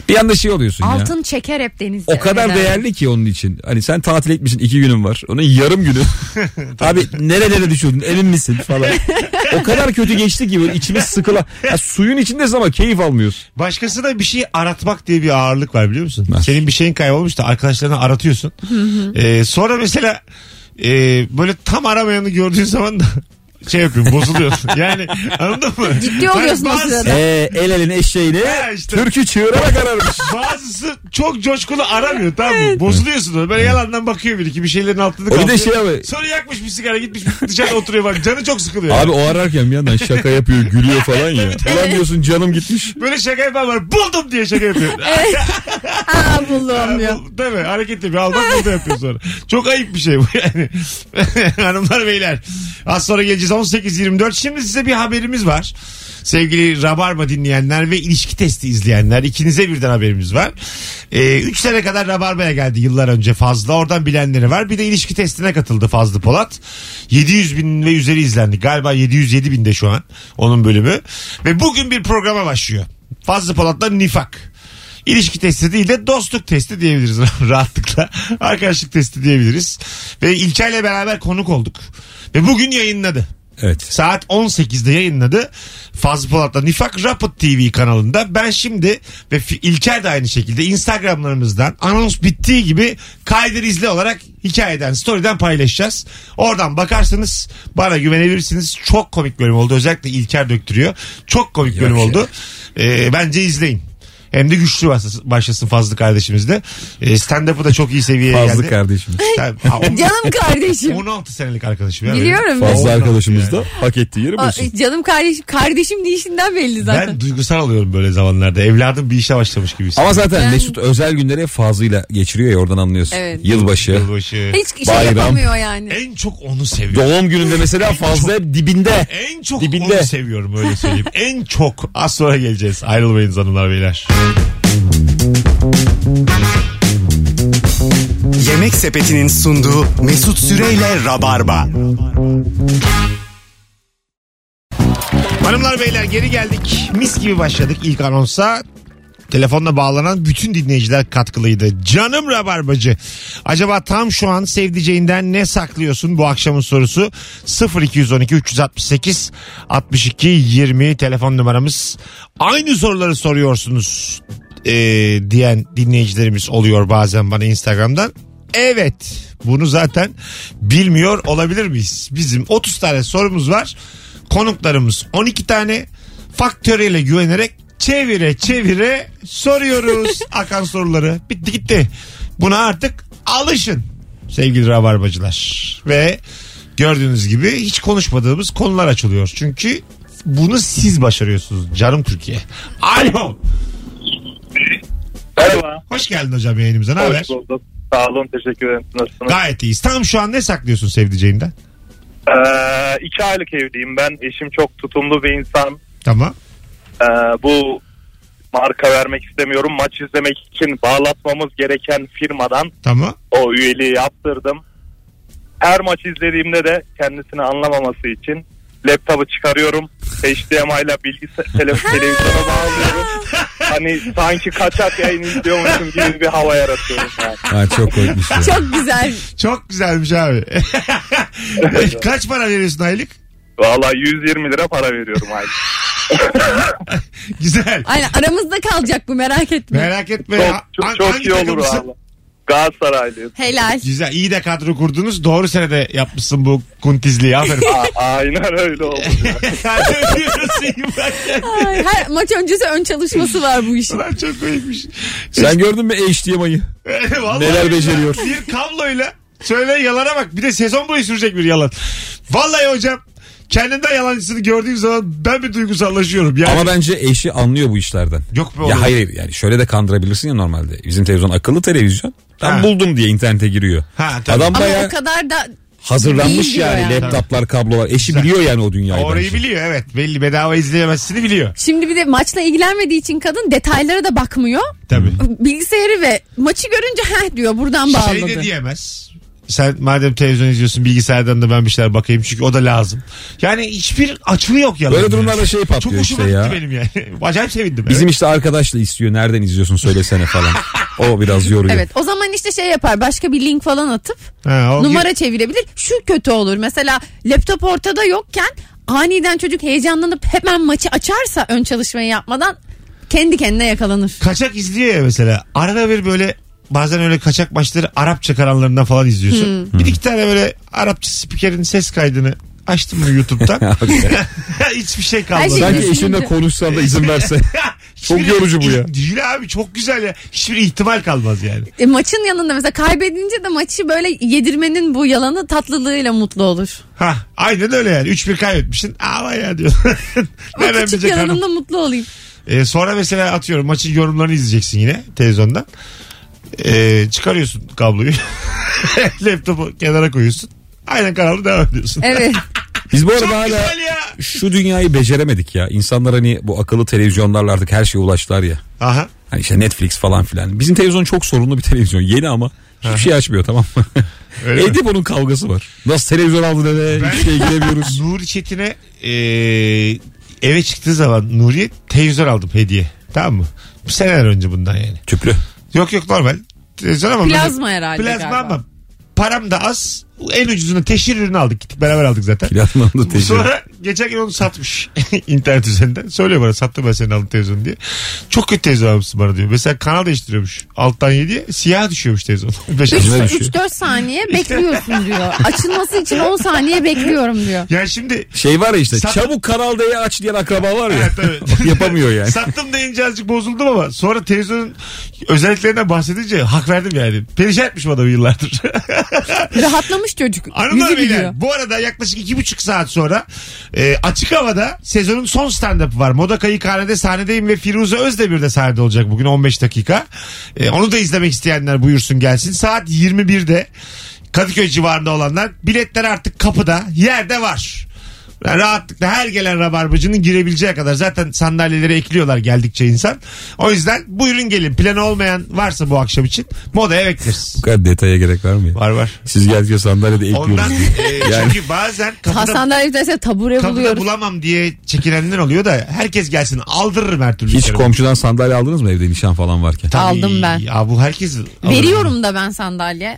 S4: Bir anda şey oluyorsun ya.
S3: Altın çeker hep denizde.
S4: O kadar
S3: Neden?
S4: değerli ki onun için. Hani sen tatil etmişsin iki günün var. Onun yarım günü. Abi nerelere düşürdün emin misin falan. o kadar kötü geçti ki böyle içimiz sıkıla. Ya suyun içindesin ama keyif almıyorsun.
S2: Başkası da bir şey aratmak diye bir ağırlık var biliyor musun?
S4: Var.
S2: Senin bir şeyin kaybolmuş da arkadaşlarına aratıyorsun. Ee, sonra mesela e, böyle tam aramayanı gördüğün zaman da [LAUGHS] şey yapıyorsun bozuluyorsun. [LAUGHS] yani anladın mı? Hani
S3: Ciddi oluyorsun o
S2: bazı-
S3: sırada.
S4: Ee, el elin eşeğiyle
S2: Ha işte.
S4: türkü çığırana kararmış.
S2: Bazısı çok coşkulu aramıyor tamam mı? Bozuluyorsun onu. Böyle yalandan bakıyor bir iki bir şeylerin altını
S4: O bir de
S2: kaplıyor.
S4: şey abi.
S2: Sonra yakmış bir sigara gitmiş dışarıda oturuyor bak canı çok sıkılıyor.
S4: Abi o ararken bir yandan şaka yapıyor gülüyor falan ya. Ulan diyorsun canım gitmiş.
S2: Böyle şaka yapan var. Buldum diye şaka yapıyor.
S3: Aa bulamıyor.
S2: Bu- Değil mi? Hareket yapıyor. Al bak burada yapıyor sonra. Çok ayıp bir şey bu yani. [LAUGHS] Hanımlar beyler. Az sonra geleceğiz 18.24. Şimdi size bir haberimiz var. Sevgili Rabarba dinleyenler ve ilişki testi izleyenler ikinize birden haberimiz var. 3 sene kadar Rabarba'ya geldi yıllar önce fazla oradan bilenleri var. Bir de ilişki testine katıldı Fazlı Polat. 700 bin ve üzeri izlendi. Galiba 707 binde şu an onun bölümü. Ve bugün bir programa başlıyor. Fazlı Polat'la Nifak. İlişki testi değil de dostluk testi diyebiliriz [LAUGHS] rahatlıkla. Arkadaşlık testi diyebiliriz. Ve İlker'le beraber konuk olduk. Ve bugün yayınladı.
S4: Evet.
S2: Saat 18'de yayınladı. Fazlı Polat'la Nifak Rapid TV kanalında. Ben şimdi ve Fi- İlker de aynı şekilde Instagramlarımızdan anons bittiği gibi kaydır izle olarak hikayeden, storyden paylaşacağız. Oradan bakarsanız bana güvenebilirsiniz. Çok komik bölüm oldu. Özellikle İlker döktürüyor. Çok komik bölüm
S4: ya.
S2: oldu. Ee, bence izleyin. Hem de güçlü başlasın- başlasın Fazlı kardeşimiz de. Ee, Stand-up'ı da çok iyi seviyeye
S4: Fazlı
S2: geldi.
S4: kardeşimiz.
S2: Tabii. Ha, on-
S3: Canım kardeşim.
S2: 16 senelik arkadaşım. ya benim.
S3: Biliyorum. ben.
S4: Fazla
S2: Ondan
S4: arkadaşımız
S2: yani.
S4: da hak ettiği yeri
S3: Aa, e,
S4: bulsun.
S3: Canım kardeşim. Kardeşim deyişinden belli zaten.
S2: Ben duygusal oluyorum böyle zamanlarda. Evladım bir işe başlamış gibi hissediyorum.
S4: Ama zaten
S3: Ben-
S4: Mesut özel günleri hep fazlıyla geçiriyor ya oradan anlıyorsun.
S3: Evet.
S4: Yılbaşı.
S2: Yılbaşı.
S3: Hiç şey
S4: Bayram.
S3: yapamıyor yani.
S2: En çok onu seviyorum.
S4: Doğum gününde mesela fazla
S2: [LAUGHS]
S4: hep dibinde.
S2: En çok
S4: Dibinde.
S2: onu seviyorum öyle [LAUGHS] söyleyeyim. en çok. Az sonra geleceğiz. Ayrılmayınız hanımlar beyler.
S1: Yemek Sepeti'nin sunduğu Mesut Süreyle Rabarba.
S2: Hanımlar beyler geri geldik. Mis gibi başladık ilk anonsa. Telefonla bağlanan bütün dinleyiciler katkılıydı. Canım Rabarbacı. Acaba tam şu an sevdiceğinden ne saklıyorsun bu akşamın sorusu? 0212 368 62 20 telefon numaramız. Aynı soruları soruyorsunuz ee, diyen dinleyicilerimiz oluyor bazen bana Instagram'dan. Evet bunu zaten bilmiyor olabilir miyiz? Bizim 30 tane sorumuz var. Konuklarımız 12 tane faktöriyle güvenerek çevire çevire soruyoruz akan soruları. Bitti gitti. Buna artık alışın sevgili rabarbacılar. Ve gördüğünüz gibi hiç konuşmadığımız konular açılıyor. Çünkü bunu siz başarıyorsunuz canım Türkiye. Alo.
S6: Merhaba.
S2: Hoş geldin hocam yayınımıza. Ne haber?
S6: Hoş bulduk. Sağ olun teşekkür ederim. Nasılsınız?
S2: Gayet iyiyiz. Tam şu an ne saklıyorsun sevdiceğinden?
S6: Ee, iki aylık evliyim ben. Eşim çok tutumlu bir insan.
S2: Tamam.
S6: Ee, bu marka vermek istemiyorum. Maç izlemek için bağlatmamız gereken firmadan
S2: Tamam.
S6: o üyeliği yaptırdım. Her maç izlediğimde de kendisini anlamaması için laptopu çıkarıyorum. HDMI ile bilgisayar
S2: [LAUGHS]
S6: televizyona bağlıyorum. Hani sanki kaçak yayın izliyormuşum gibi bir hava yaratıyorum yani.
S4: Ha, çok korkmuş.
S3: [LAUGHS]
S4: ya.
S3: Çok güzel.
S2: Çok güzelmiş abi. [LAUGHS] Kaç para veriyorsun aylık?
S6: Valla 120 lira para veriyorum ayda.
S2: Güzel.
S3: Aynen aramızda kalacak bu merak etme.
S2: Merak etme
S6: Çok,
S2: ya.
S6: çok,
S2: Şey, Hangi
S6: çok iyi olur
S2: takımsın?
S6: valla. Galatasaraylıyız.
S3: Helal.
S2: Güzel. iyi de kadro kurdunuz. Doğru senede yapmışsın bu kuntizliği.
S6: [LAUGHS]
S2: Aferin. [LAUGHS]
S6: A- aynen öyle oldu.
S2: Hadi öpüyoruz seni bak.
S3: Ay, her maç öncesi ön çalışması var bu işin.
S2: Ulan çok komikmiş. [LAUGHS]
S4: Sen gördün mü HDMI'yi?
S2: Vallahi
S4: Neler beceriyor.
S2: Bir kabloyla söyle yalana bak. Bir de sezon boyu sürecek bir yalan. Vallahi hocam kendimden yalancısını gördüğüm zaman ben bir duygusallaşıyorum. Yani
S4: Ama bence eşi anlıyor bu işlerden.
S2: Yok be oğlum.
S4: Ya hayır yani şöyle de kandırabilirsin ya normalde. Bizim televizyon akıllı televizyon. Ben
S2: Ha.
S4: buldum diye internete giriyor.
S2: Ha, tabii.
S4: Adam
S3: Ama
S4: bayağı
S3: o kadar da
S4: hazırlanmış
S3: İyi diyor
S4: yani.
S3: yani.
S4: Laptoplar, kablolar. Eşi biliyor yani o dünyayı.
S2: orayı
S4: bence.
S2: biliyor evet. Belli bedava izleyemezsini biliyor.
S3: şimdi bir de maçla ilgilenmediği için kadın detaylara da bakmıyor.
S2: Tabii.
S3: Bilgisayarı ve maçı görünce heh diyor buradan bağladı.
S2: Şey de diyemez. Sen madem televizyon izliyorsun bilgisayardan da ben bir şeyler bakayım çünkü o da lazım. Yani hiçbir açığı yok yalan.
S4: Böyle durumlarda şey
S2: Çok
S4: patlıyor
S2: hoşuma
S4: işte ya.
S2: gitti benim yani. Acayip sevindim.
S4: Bizim işte arkadaşla istiyor. Nereden izliyorsun
S3: [LAUGHS]
S4: söylesene falan. o biraz yoruyor.
S3: Evet o zaman işte şey yapar başka bir link falan atıp
S2: Ha, o
S3: numara çevirebilir. Şu kötü olur mesela laptop ortada yokken aniden çocuk heyecanlanıp hemen maçı açarsa ön çalışmayı yapmadan kendi kendine yakalanır.
S2: kaçak izliyor ya mesela. Arada bir böyle bazen öyle kaçak maçları Arapça kanallarından falan izliyorsun. Bir iki tane böyle Arapça spikerin ses kaydını açtım mı YouTube'dan. Hiçbir şey kalmadı.
S3: Her şey
S4: Sanki
S3: Kesinlikle.
S4: eşinle konuşsan da izin verse.
S2: Hiçbir-
S4: çok yorucu bu ya.
S2: Değil abi çok güzel ya. Hiçbir ihtimal kalmaz yani.
S3: E, maçın yanında mesela kaybedince de maçı böyle yedirmenin bu yalanı tatlılığıyla mutlu olur.
S2: Ha, aynen öyle yani. 3-1 kaybetmişsin. Ama ya diyor. [LAUGHS]
S3: O
S2: Nereden
S3: küçük
S2: bilecek hanım?
S3: yalanımla mutlu olayım.
S2: Ee, sonra mesela atıyorum maçın yorumlarını izleyeceksin yine televizyondan. Ee, çıkarıyorsun kabloyu. [LAUGHS] Laptopu kenara koyuyorsun. Aynen kanalı devam ediyorsun. [LAUGHS]
S3: Evet.
S4: [LAUGHS] Biz bu arada
S2: Çok
S4: hala
S2: güzel ya.
S4: şu dünyayı beceremedik ya. İnsanlar hani bu akıllı televizyonlarla artık her şeye ulaştılar ya.
S2: Aha.
S4: Hani işte Netflix falan filan. Bizim televizyon çok sorunlu bir televizyon. Yeni ama hiçbir şey açmıyor tamam mı?
S2: Öyle mi?
S4: Edip onun kavgası var. Nasıl televizyon aldın eve? Hiçbir şeye giremiyoruz.
S2: Nuri Çetin'e e, eve çıktığı zaman Nuri'ye televizyon aldım hediye. Tamam mı? Bir seneler önce bundan yani.
S4: Tüplü.
S2: Yok yok normal. Televizyon ama.
S3: Plazma herhalde
S2: Plazma
S3: galiba.
S2: ama param da az. En ucuzunu teşhir ürünü aldık. Gittik beraber aldık zaten.
S4: Planlandı televizyon.
S2: Sonra geçen gün onu satmış [LAUGHS] internet üzerinden. Söylüyor bana sattım ben senin aldığın televizyonu diye. Çok kötü televizyon almışsın bana diyor. Mesela kanal değiştiriyormuş. Alttan 7'ye siyah düşüyormuş televizyon. [LAUGHS] Beş altı.
S4: Güzel bir şey.
S3: 3-4 saniye
S2: [LAUGHS]
S3: bekliyorsun diyor. Açılması için 10 saniye bekliyorum diyor.
S2: ya şimdi
S4: Şey var ya işte
S2: Sat-
S4: çabuk Kanal D'yi aç diyen akraba var ya. [LAUGHS]
S2: tabii.
S4: Yapamıyor yani.
S2: sattım deyince azıcık bozuldum ama sonra televizyonun özelliklerinden bahsedince hak verdim yani. Perişan etmiş bana yıllardır.
S3: Rahatlamış çocuk. Yüzü
S2: Hanımlar
S3: gülüyor.
S2: beyler bu arada yaklaşık iki buçuk saat sonra e, açık havada sezonun son stand-up'ı var. Moda Kayıkhane'de sahnedeyim ve Firuze Özdemir de sahnede olacak bugün 15 dakika. E, onu da izlemek isteyenler buyursun gelsin. Saat 21'de Kadıköy civarında olanlar biletler artık kapıda yerde var. Yani Rahatlıkla her gelen rabarbacının girebileceği kadar zaten sandalyeleri ekliyorlar geldikçe insan. O yüzden buyurun gelin. Planı olmayan varsa bu akşam için modaya bekleriz.
S4: Bu kadar detaya gerek var mı? ya?
S2: Var var.
S4: Siz geldikçe sandalyede ekliyoruz.
S2: Ondan [LAUGHS] e,
S4: Yani-
S2: çünkü bazen kapıda,
S3: Hastanelerde mesela tabure
S2: kapıda
S3: buluyoruz.
S2: bulamam diye çekilenler oluyor da herkes gelsin aldırırım her türlü.
S4: Hiç
S2: kere.
S4: komşudan sandalye aldınız mı evde nişan falan varken?
S2: Tabii,
S3: Aldım ben.
S2: Ya bu herkes alır.
S3: Veriyorum da ben sandalye.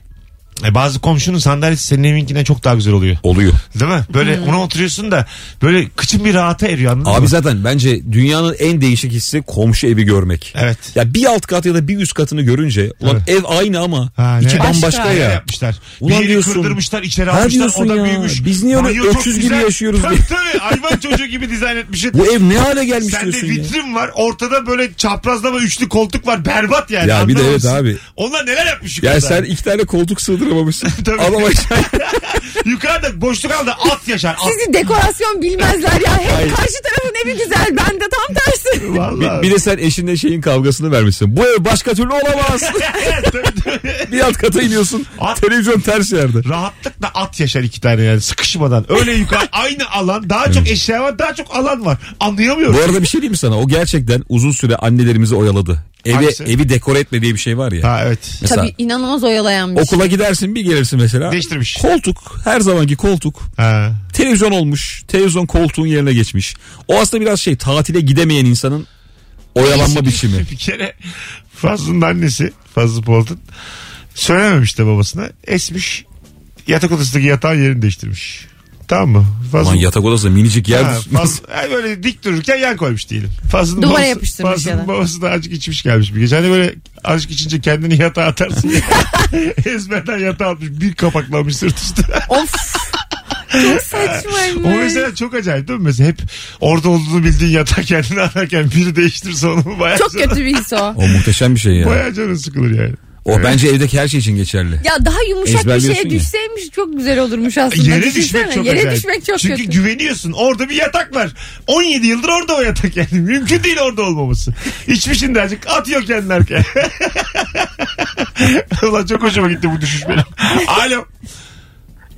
S2: E, bazı komşunun sandalyesi senin evinkinden çok daha güzel oluyor.
S4: Oluyor.
S2: Değil mi? Böyle
S3: Hmm.
S2: ona oturuyorsun da böyle kıçın bir rahata eriyor anladın
S4: Abi
S2: mı?
S4: zaten bence dünyanın en değişik hissi komşu evi görmek.
S2: Evet.
S4: Ya bir alt kat ya da bir üst katını görünce ulan ev aynı ama
S2: Ha,
S4: içi
S2: ne-
S4: bambaşka
S2: Neler
S4: ya.
S2: Şey yapmışlar.
S4: Ulan
S2: Ulan
S4: diyorsun.
S2: kırdırmışlar içeri
S4: Ha
S2: almışlar
S4: diyorsun
S2: o da
S4: ya.
S2: büyümüş.
S4: Biz niye öyle
S2: Banyo çok
S4: öküz gibi
S2: güzel.
S4: yaşıyoruz
S2: Tabii
S4: diye.
S2: tabii hayvan çocuğu gibi dizayn etmişsin.
S4: Bu ev ne hale gelmiş
S2: Sende
S4: diyorsun ya.
S2: vitrin var ortada böyle çaprazlama üçlü koltuk var berbat yani.
S4: Ya bir de evet
S2: anlamamışsın.
S4: abi.
S2: Onlar neler yapmış
S4: Ya
S2: yukarıda.
S4: sen iki tane koltuk sığdıramamışsın.
S2: [LAUGHS] Tabii.
S4: Adam aşağı-
S2: Yukarıda boşluk aldı at yaşar. At.
S3: Sizi dekorasyon bilmezler ya. Hep karşı tarafın evi güzel. Ben de tam tersi.
S2: Vallahi.
S4: bir, bir de sen eşinle şeyin kavgasını vermişsin. Bu ev başka
S2: [LAUGHS]
S4: türlü olamaz.
S2: Tabii, tabii.
S4: bir alt kata iniyorsun.
S2: At-
S4: Televizyon ters
S2: [LAUGHS]
S4: yerde.
S2: Rahatlıkla at yaşar iki tane yani sıkışmadan. Öyle yukarı aynı alan daha çok eşya var daha çok alan var. Anlayamıyorum.
S4: Bu arada bir şey diyeyim mi sana? O gerçekten uzun süre annelerimizi oyaladı. Evi
S2: Hangisi?
S4: evi dekore etme diye bir şey var ya.
S2: Ha evet.
S4: Mesela
S3: Tabii inanılmaz oyalayanmış.
S4: okula gidersin bir gelirsin mesela.
S2: Değiştirmiş.
S4: Koltuk her zamanki koltuk.
S2: Ha.
S4: Televizyon olmuş. Televizyon koltuğun yerine geçmiş. O aslında biraz şey tatile gidemeyen insanın oyalanma biçimi.
S2: [LAUGHS] bir kere Fazlı'nın annesi Fazlı Polat'ın söylememiş de babasına esmiş yatak odasındaki yatağın yerini değiştirmiş. Tamam mı? Fazlı,
S4: Aman yatak odası minicik yer.
S2: Ha, Fazlı- yani böyle dik dururken yan koymuş diyelim. Fazlı'nın
S3: Duvara
S2: babası,
S3: yapıştırmış
S2: Fazlı'nın
S3: ya da.
S2: babası da azıcık içmiş gelmiş bir gece. Hani böyle azıcık içince kendini yatağa atarsın
S3: [LAUGHS]
S2: ya. Ezberden yatağa atmış bir kapaklamış sırt üstü.
S3: şey. Of. Çok
S2: O
S3: saçmaymış.
S2: mesela çok acayip değil mi? Mesela hep orada olduğunu bildiğin yatağı kendini atarken biri değiştirse onu bayağı
S3: Çok kötü bir his o.
S4: [LAUGHS] O muhteşem bir şey ya.
S2: Bayağı canın sıkılır yani.
S4: O bence evdeki her şey için geçerli.
S3: Ya daha yumuşak bir
S4: Ezberliyorsun
S3: şeye
S4: ya.
S3: düşseymiş çok güzel olurmuş aslında.
S2: Yere
S3: Düşünsene,
S2: düşmek çok
S3: Yere
S2: acayip.
S3: düşmek çok
S2: Çünkü
S3: kötü.
S2: güveniyorsun. Orada bir yatak var. 17 yıldır orada o yatak yani. [LAUGHS] Mümkün değil orada olmaması. İçmişin de azıcık atıyor kendini arkaya. [LAUGHS] Ulan çok hoşuma gitti bu düşüş benim. Alo.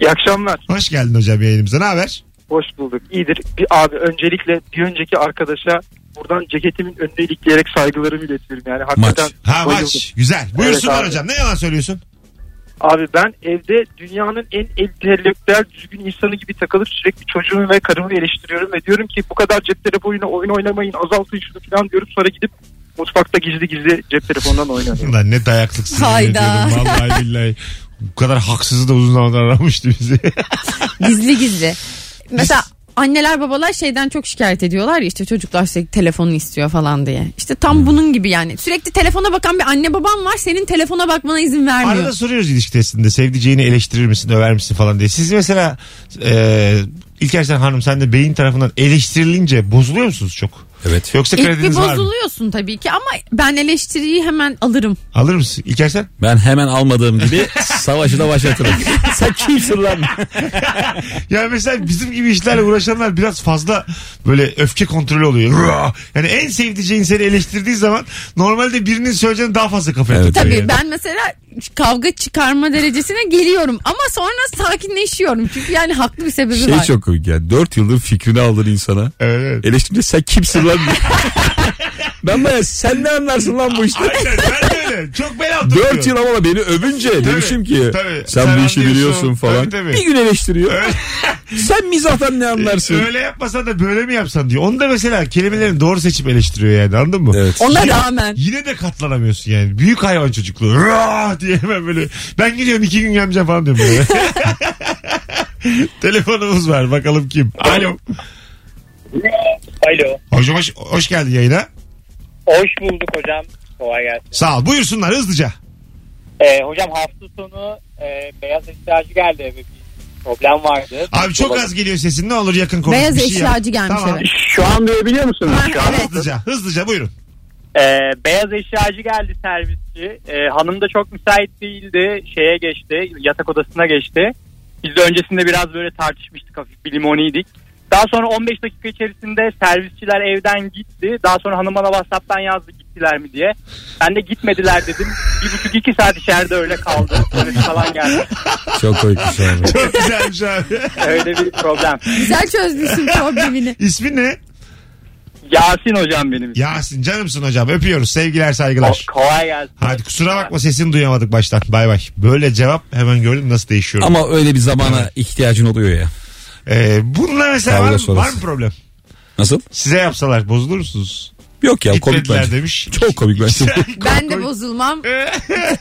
S5: İyi akşamlar.
S2: Hoş geldin hocam yayınımıza. Ne haber?
S5: Hoş bulduk. İyidir. Bir abi öncelikle bir önceki arkadaşa buradan ceketimin önüne ilikleyerek saygılarımı iletiyorum. Yani hakikaten
S2: Ha
S5: bayıldım.
S2: maç. Güzel. Buyursunlar
S5: Evet abi.
S2: hocam. Ne yalan söylüyorsun?
S5: Abi ben evde dünyanın en entelektüel düzgün insanı gibi takılıp sürekli çocuğumu ve karımı eleştiriyorum ve diyorum ki bu kadar cep telefonuyla oyun oynamayın azaltın şunu falan diyorum sonra gidip mutfakta gizli gizli cep telefonundan oynuyorum.
S2: Ulan ne dayaklıksın.
S3: Hayda.
S2: yemin ediyorum. Vallahi billahi. Bu kadar haksızı da uzun zamandır aramıştı bizi. [LAUGHS]
S3: Gizli gizli. Mesela anneler babalar şeyden çok şikayet ediyorlar ya işte çocuklar sürekli telefonunu istiyor falan diye. İşte tam
S2: Hmm.
S3: bunun gibi yani. Sürekli telefona bakan bir anne baban var senin telefona bakmana izin vermiyor.
S2: Arada soruyoruz ilişki testinde sevdiceğini eleştirir misin över misin falan diye. Siz mesela e, İlker sen hanım sen de beyin tarafından eleştirilince bozuluyor musunuz çok?
S4: Evet.
S2: Yoksa
S3: İlk bir
S2: krediniz var mı?
S3: bozuluyorsun tabii ki ama ben eleştiriyi hemen alırım.
S2: Alır mısın? İlker sen?
S4: Ben hemen almadığım gibi savaşı da başlatırım. Sen kimsin lan?
S2: Ya mesela bizim gibi işlerle uğraşanlar biraz fazla böyle öfke kontrolü oluyor. Ruh! Yani en sevdiceğin seni eleştirdiği zaman normalde birinin söyleyeceğini daha fazla kafaya
S4: Evet.
S2: tutuyor
S3: Tabii
S2: yani.
S3: ben mesela kavga çıkarma derecesine geliyorum ama sonra sakinleşiyorum. Çünkü yani haklı bir sebebi
S4: Şey
S3: var.
S4: çok komik ya. Dört yıldır fikrini aldın insana.
S2: Evet, evet.
S4: Eleştirince sen kimsin lan? ben baya sen ne anlarsın lan bu işte?
S2: Aynen ben de öyle. Çok bel altı.
S4: Dört yıl ama beni övünce demişim ki
S2: tabii.
S4: sen,
S2: Sen
S4: bu işi
S2: anlıyorsun,
S4: biliyorsun
S2: tabii,
S4: falan.
S2: tabii.
S4: Bir gün eleştiriyor. [LAUGHS] sen mizahtan ne anlarsın?
S2: Öyle yapmasan da böyle mi yapsan diyor. Onu da mesela kelimelerini doğru seçip eleştiriyor yani anladın mı?
S4: Evet.
S3: Ona rağmen.
S2: Yine de katlanamıyorsun yani. Büyük hayvan çocukluğu. Rah diye hemen böyle. Ben gidiyorum iki gün gelmeyeceğim falan diyorum böyle. [LAUGHS] Telefonumuz var bakalım kim. Alo.
S8: Alo.
S2: Hocam hoş, hoş geldin yayına.
S8: Hoş bulduk hocam. Kolay gelsin.
S2: Sağ ol. Buyursunlar hızlıca.
S8: Ee, hocam hafta sonu e, beyaz eşyacı geldi eve. Bir problem vardı.
S2: Abi çok az geliyor sesin ne olur yakın konuş.
S3: Beyaz
S2: bir şey yap.
S3: eşyacı gelmiş
S2: Tamam.
S3: eve.
S5: Şu an duyabiliyor musunuz?
S3: Ha,
S5: Şu an.
S3: evet.
S2: Hızlıca hızlıca buyurun.
S8: Ee, beyaz eşyacı geldi servisçi. Ee, hanım da çok müsait değildi. Şeye geçti. Yatak odasına geçti. Biz de öncesinde biraz böyle tartışmıştık. Hafif bir limoniydik. Daha sonra 15 dakika içerisinde servisçiler evden gitti. Daha sonra hanım bana WhatsApp'tan yazdı gittiler mi diye. Ben de gitmediler dedim. Bir buçuk iki saat içeride öyle kaldı. Polis falan geldi.
S4: Çok şey. koymuş abi.
S2: [LAUGHS] Çok güzelmiş abi. [LAUGHS]
S8: Öyle bir problem.
S3: Güzel çözmüşsün problemini.
S2: İsmin ne?
S8: Yasin hocam benim.
S2: Yasin canımsın hocam. Öpüyoruz. Sevgiler saygılar.
S8: Ko- kolay gelsin.
S2: Hadi kusura bakma sesini duyamadık baştan. Bay bay. Böyle cevap hemen gördüm nasıl değişiyorum.
S4: Ama öyle bir zamana ihtiyacın oluyor ya.
S2: Ee, bununla mesela
S4: Kavga
S2: var mı,
S4: sonrası.
S2: var mı problem?
S4: Nasıl?
S2: Size yapsalar bozulur musunuz?
S4: Yok ya komik
S2: Gitmediler
S4: bence.
S2: demiş.
S4: [LAUGHS] Çok
S2: [LAUGHS]
S4: komik bence.
S3: Ben de bozulmam.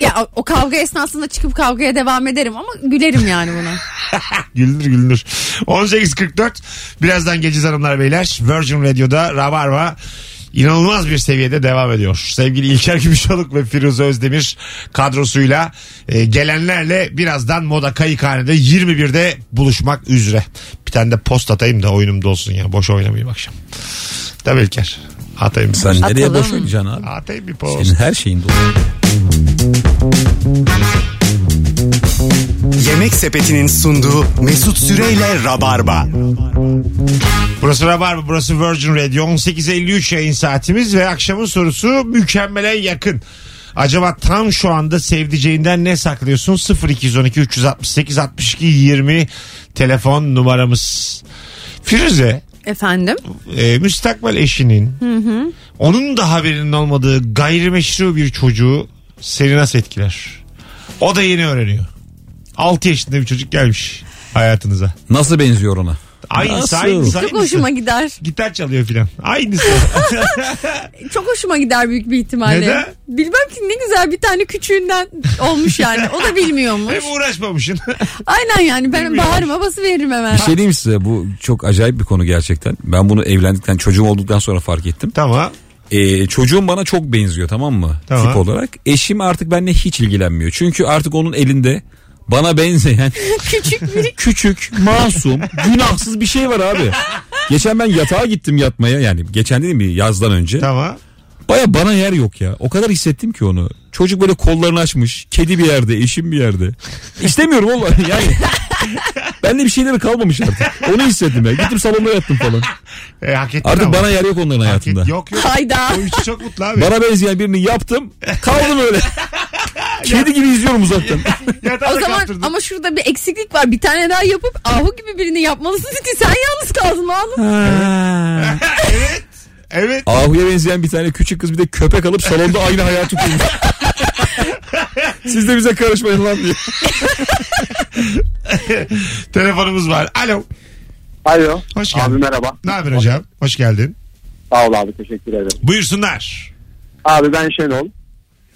S3: ya o kavga esnasında çıkıp kavgaya devam ederim ama gülerim yani buna.
S2: Gülünür gülünür. 18.44 birazdan geleceğiz hanımlar beyler. Virgin Radio'da Rabarba inanılmaz bir seviyede devam ediyor. Sevgili İlker Gümüşoluk ve Firuze Özdemir kadrosuyla e, gelenlerle birazdan Moda Kayıkhane'de 21'de buluşmak üzere. Bir tane de post atayım da oyunumda olsun ya. Boş oynamayayım akşam. Tabii İlker. Atayım. bir
S4: Sen
S2: post.
S4: nereye
S3: Atalım.
S4: boş oynayacaksın abi?
S2: Atayım bir post.
S4: Senin her şeyin dolu.
S1: Yemek sepetinin sunduğu Mesut Süreyle Rabarba.
S2: Burası Rabarba, burası Virgin Radio. 18.53 yayın saatimiz ve akşamın sorusu mükemmele yakın. Acaba tam şu anda sevdiceğinden ne saklıyorsun? 0212 368 62 20 telefon numaramız. Firuze,
S3: Efendim?
S2: e, müstakbel eşinin, onun da haberinin olmadığı gayrimeşru bir çocuğu seni nasıl etkiler? O da yeni öğreniyor. 6 yaşında bir çocuk gelmiş hayatınıza.
S4: Nasıl benziyor ona?
S2: Aynısı,
S4: Nasıl?
S2: aynısı,
S3: Çok
S2: aynısı.
S3: hoşuma gider.
S2: Gitar çalıyor filan. Aynısı.
S3: [LAUGHS] Çok hoşuma gider büyük bir ihtimalle.
S2: Neden?
S3: Bilmem ki ne güzel bir tane küçüğünden olmuş yani. O da
S2: [LAUGHS]
S3: bilmiyormuş.
S2: Hem uğraşmamışsın.
S3: Aynen yani ben
S2: Bilmiyormuş.
S3: bağırma bası veririm hemen.
S4: Bir şey diyeyim size bu çok acayip bir konu gerçekten. Ben bunu evlendikten çocuğum olduktan sonra fark ettim.
S2: tamam.
S4: Ee, çocuğum bana çok benziyor tamam mı?
S2: Tamam.
S4: Tip olarak. Eşim artık benimle hiç ilgilenmiyor. Çünkü artık onun elinde bana benzeyen [LAUGHS]
S3: Küçük biri.
S4: küçük,
S2: [LAUGHS]
S4: masum, günahsız bir şey var abi. Geçen ben yatağa gittim yatmaya yani geçen dedim bir yazdan önce.
S2: Tamam.
S4: Baya bana yer yok ya. O kadar hissettim ki onu. Çocuk böyle kollarını açmış. Kedi bir yerde, eşim bir yerde. İstemiyorum oğlum [LAUGHS] yani. Ben de bir şeyleri kalmamış artık. Onu hissettim ya. Gittim salonda yattım falan.
S2: E, hak ettin
S4: Artık
S2: ama.
S4: bana yer yok onların
S2: Hak et-
S4: hayatında.
S2: Yok yok. [LAUGHS]
S3: Hayda.
S2: O üçü çok mutlu abi.
S4: Bana benzeyen birini yaptım. Kaldım [LAUGHS] öyle. Kedi gibi izliyorum [LAUGHS] uzaktan.
S2: Yatağa
S3: O
S2: da
S3: zaman
S2: kaptırdın.
S3: ama şurada bir eksiklik var. Bir tane daha yapıp ahu gibi birini yapmalısın ki sen yalnız kaldın oğlum.
S2: [LAUGHS] Evet. Evet. [LAUGHS]
S4: Ahu'ya benzeyen bir tane küçük kız bir de köpek alıp salonda aynı hayatı [LAUGHS] kurmuş. Siz de bize karışmayın lan diye.
S2: Telefonumuz var. Alo.
S5: Alo.
S2: Hoş geldin.
S5: Abi merhaba.
S2: Ne haber hocam? Hoş geldin.
S5: Sağ ol abi teşekkür ederim.
S2: Buyursunlar.
S5: Abi ben Şenol.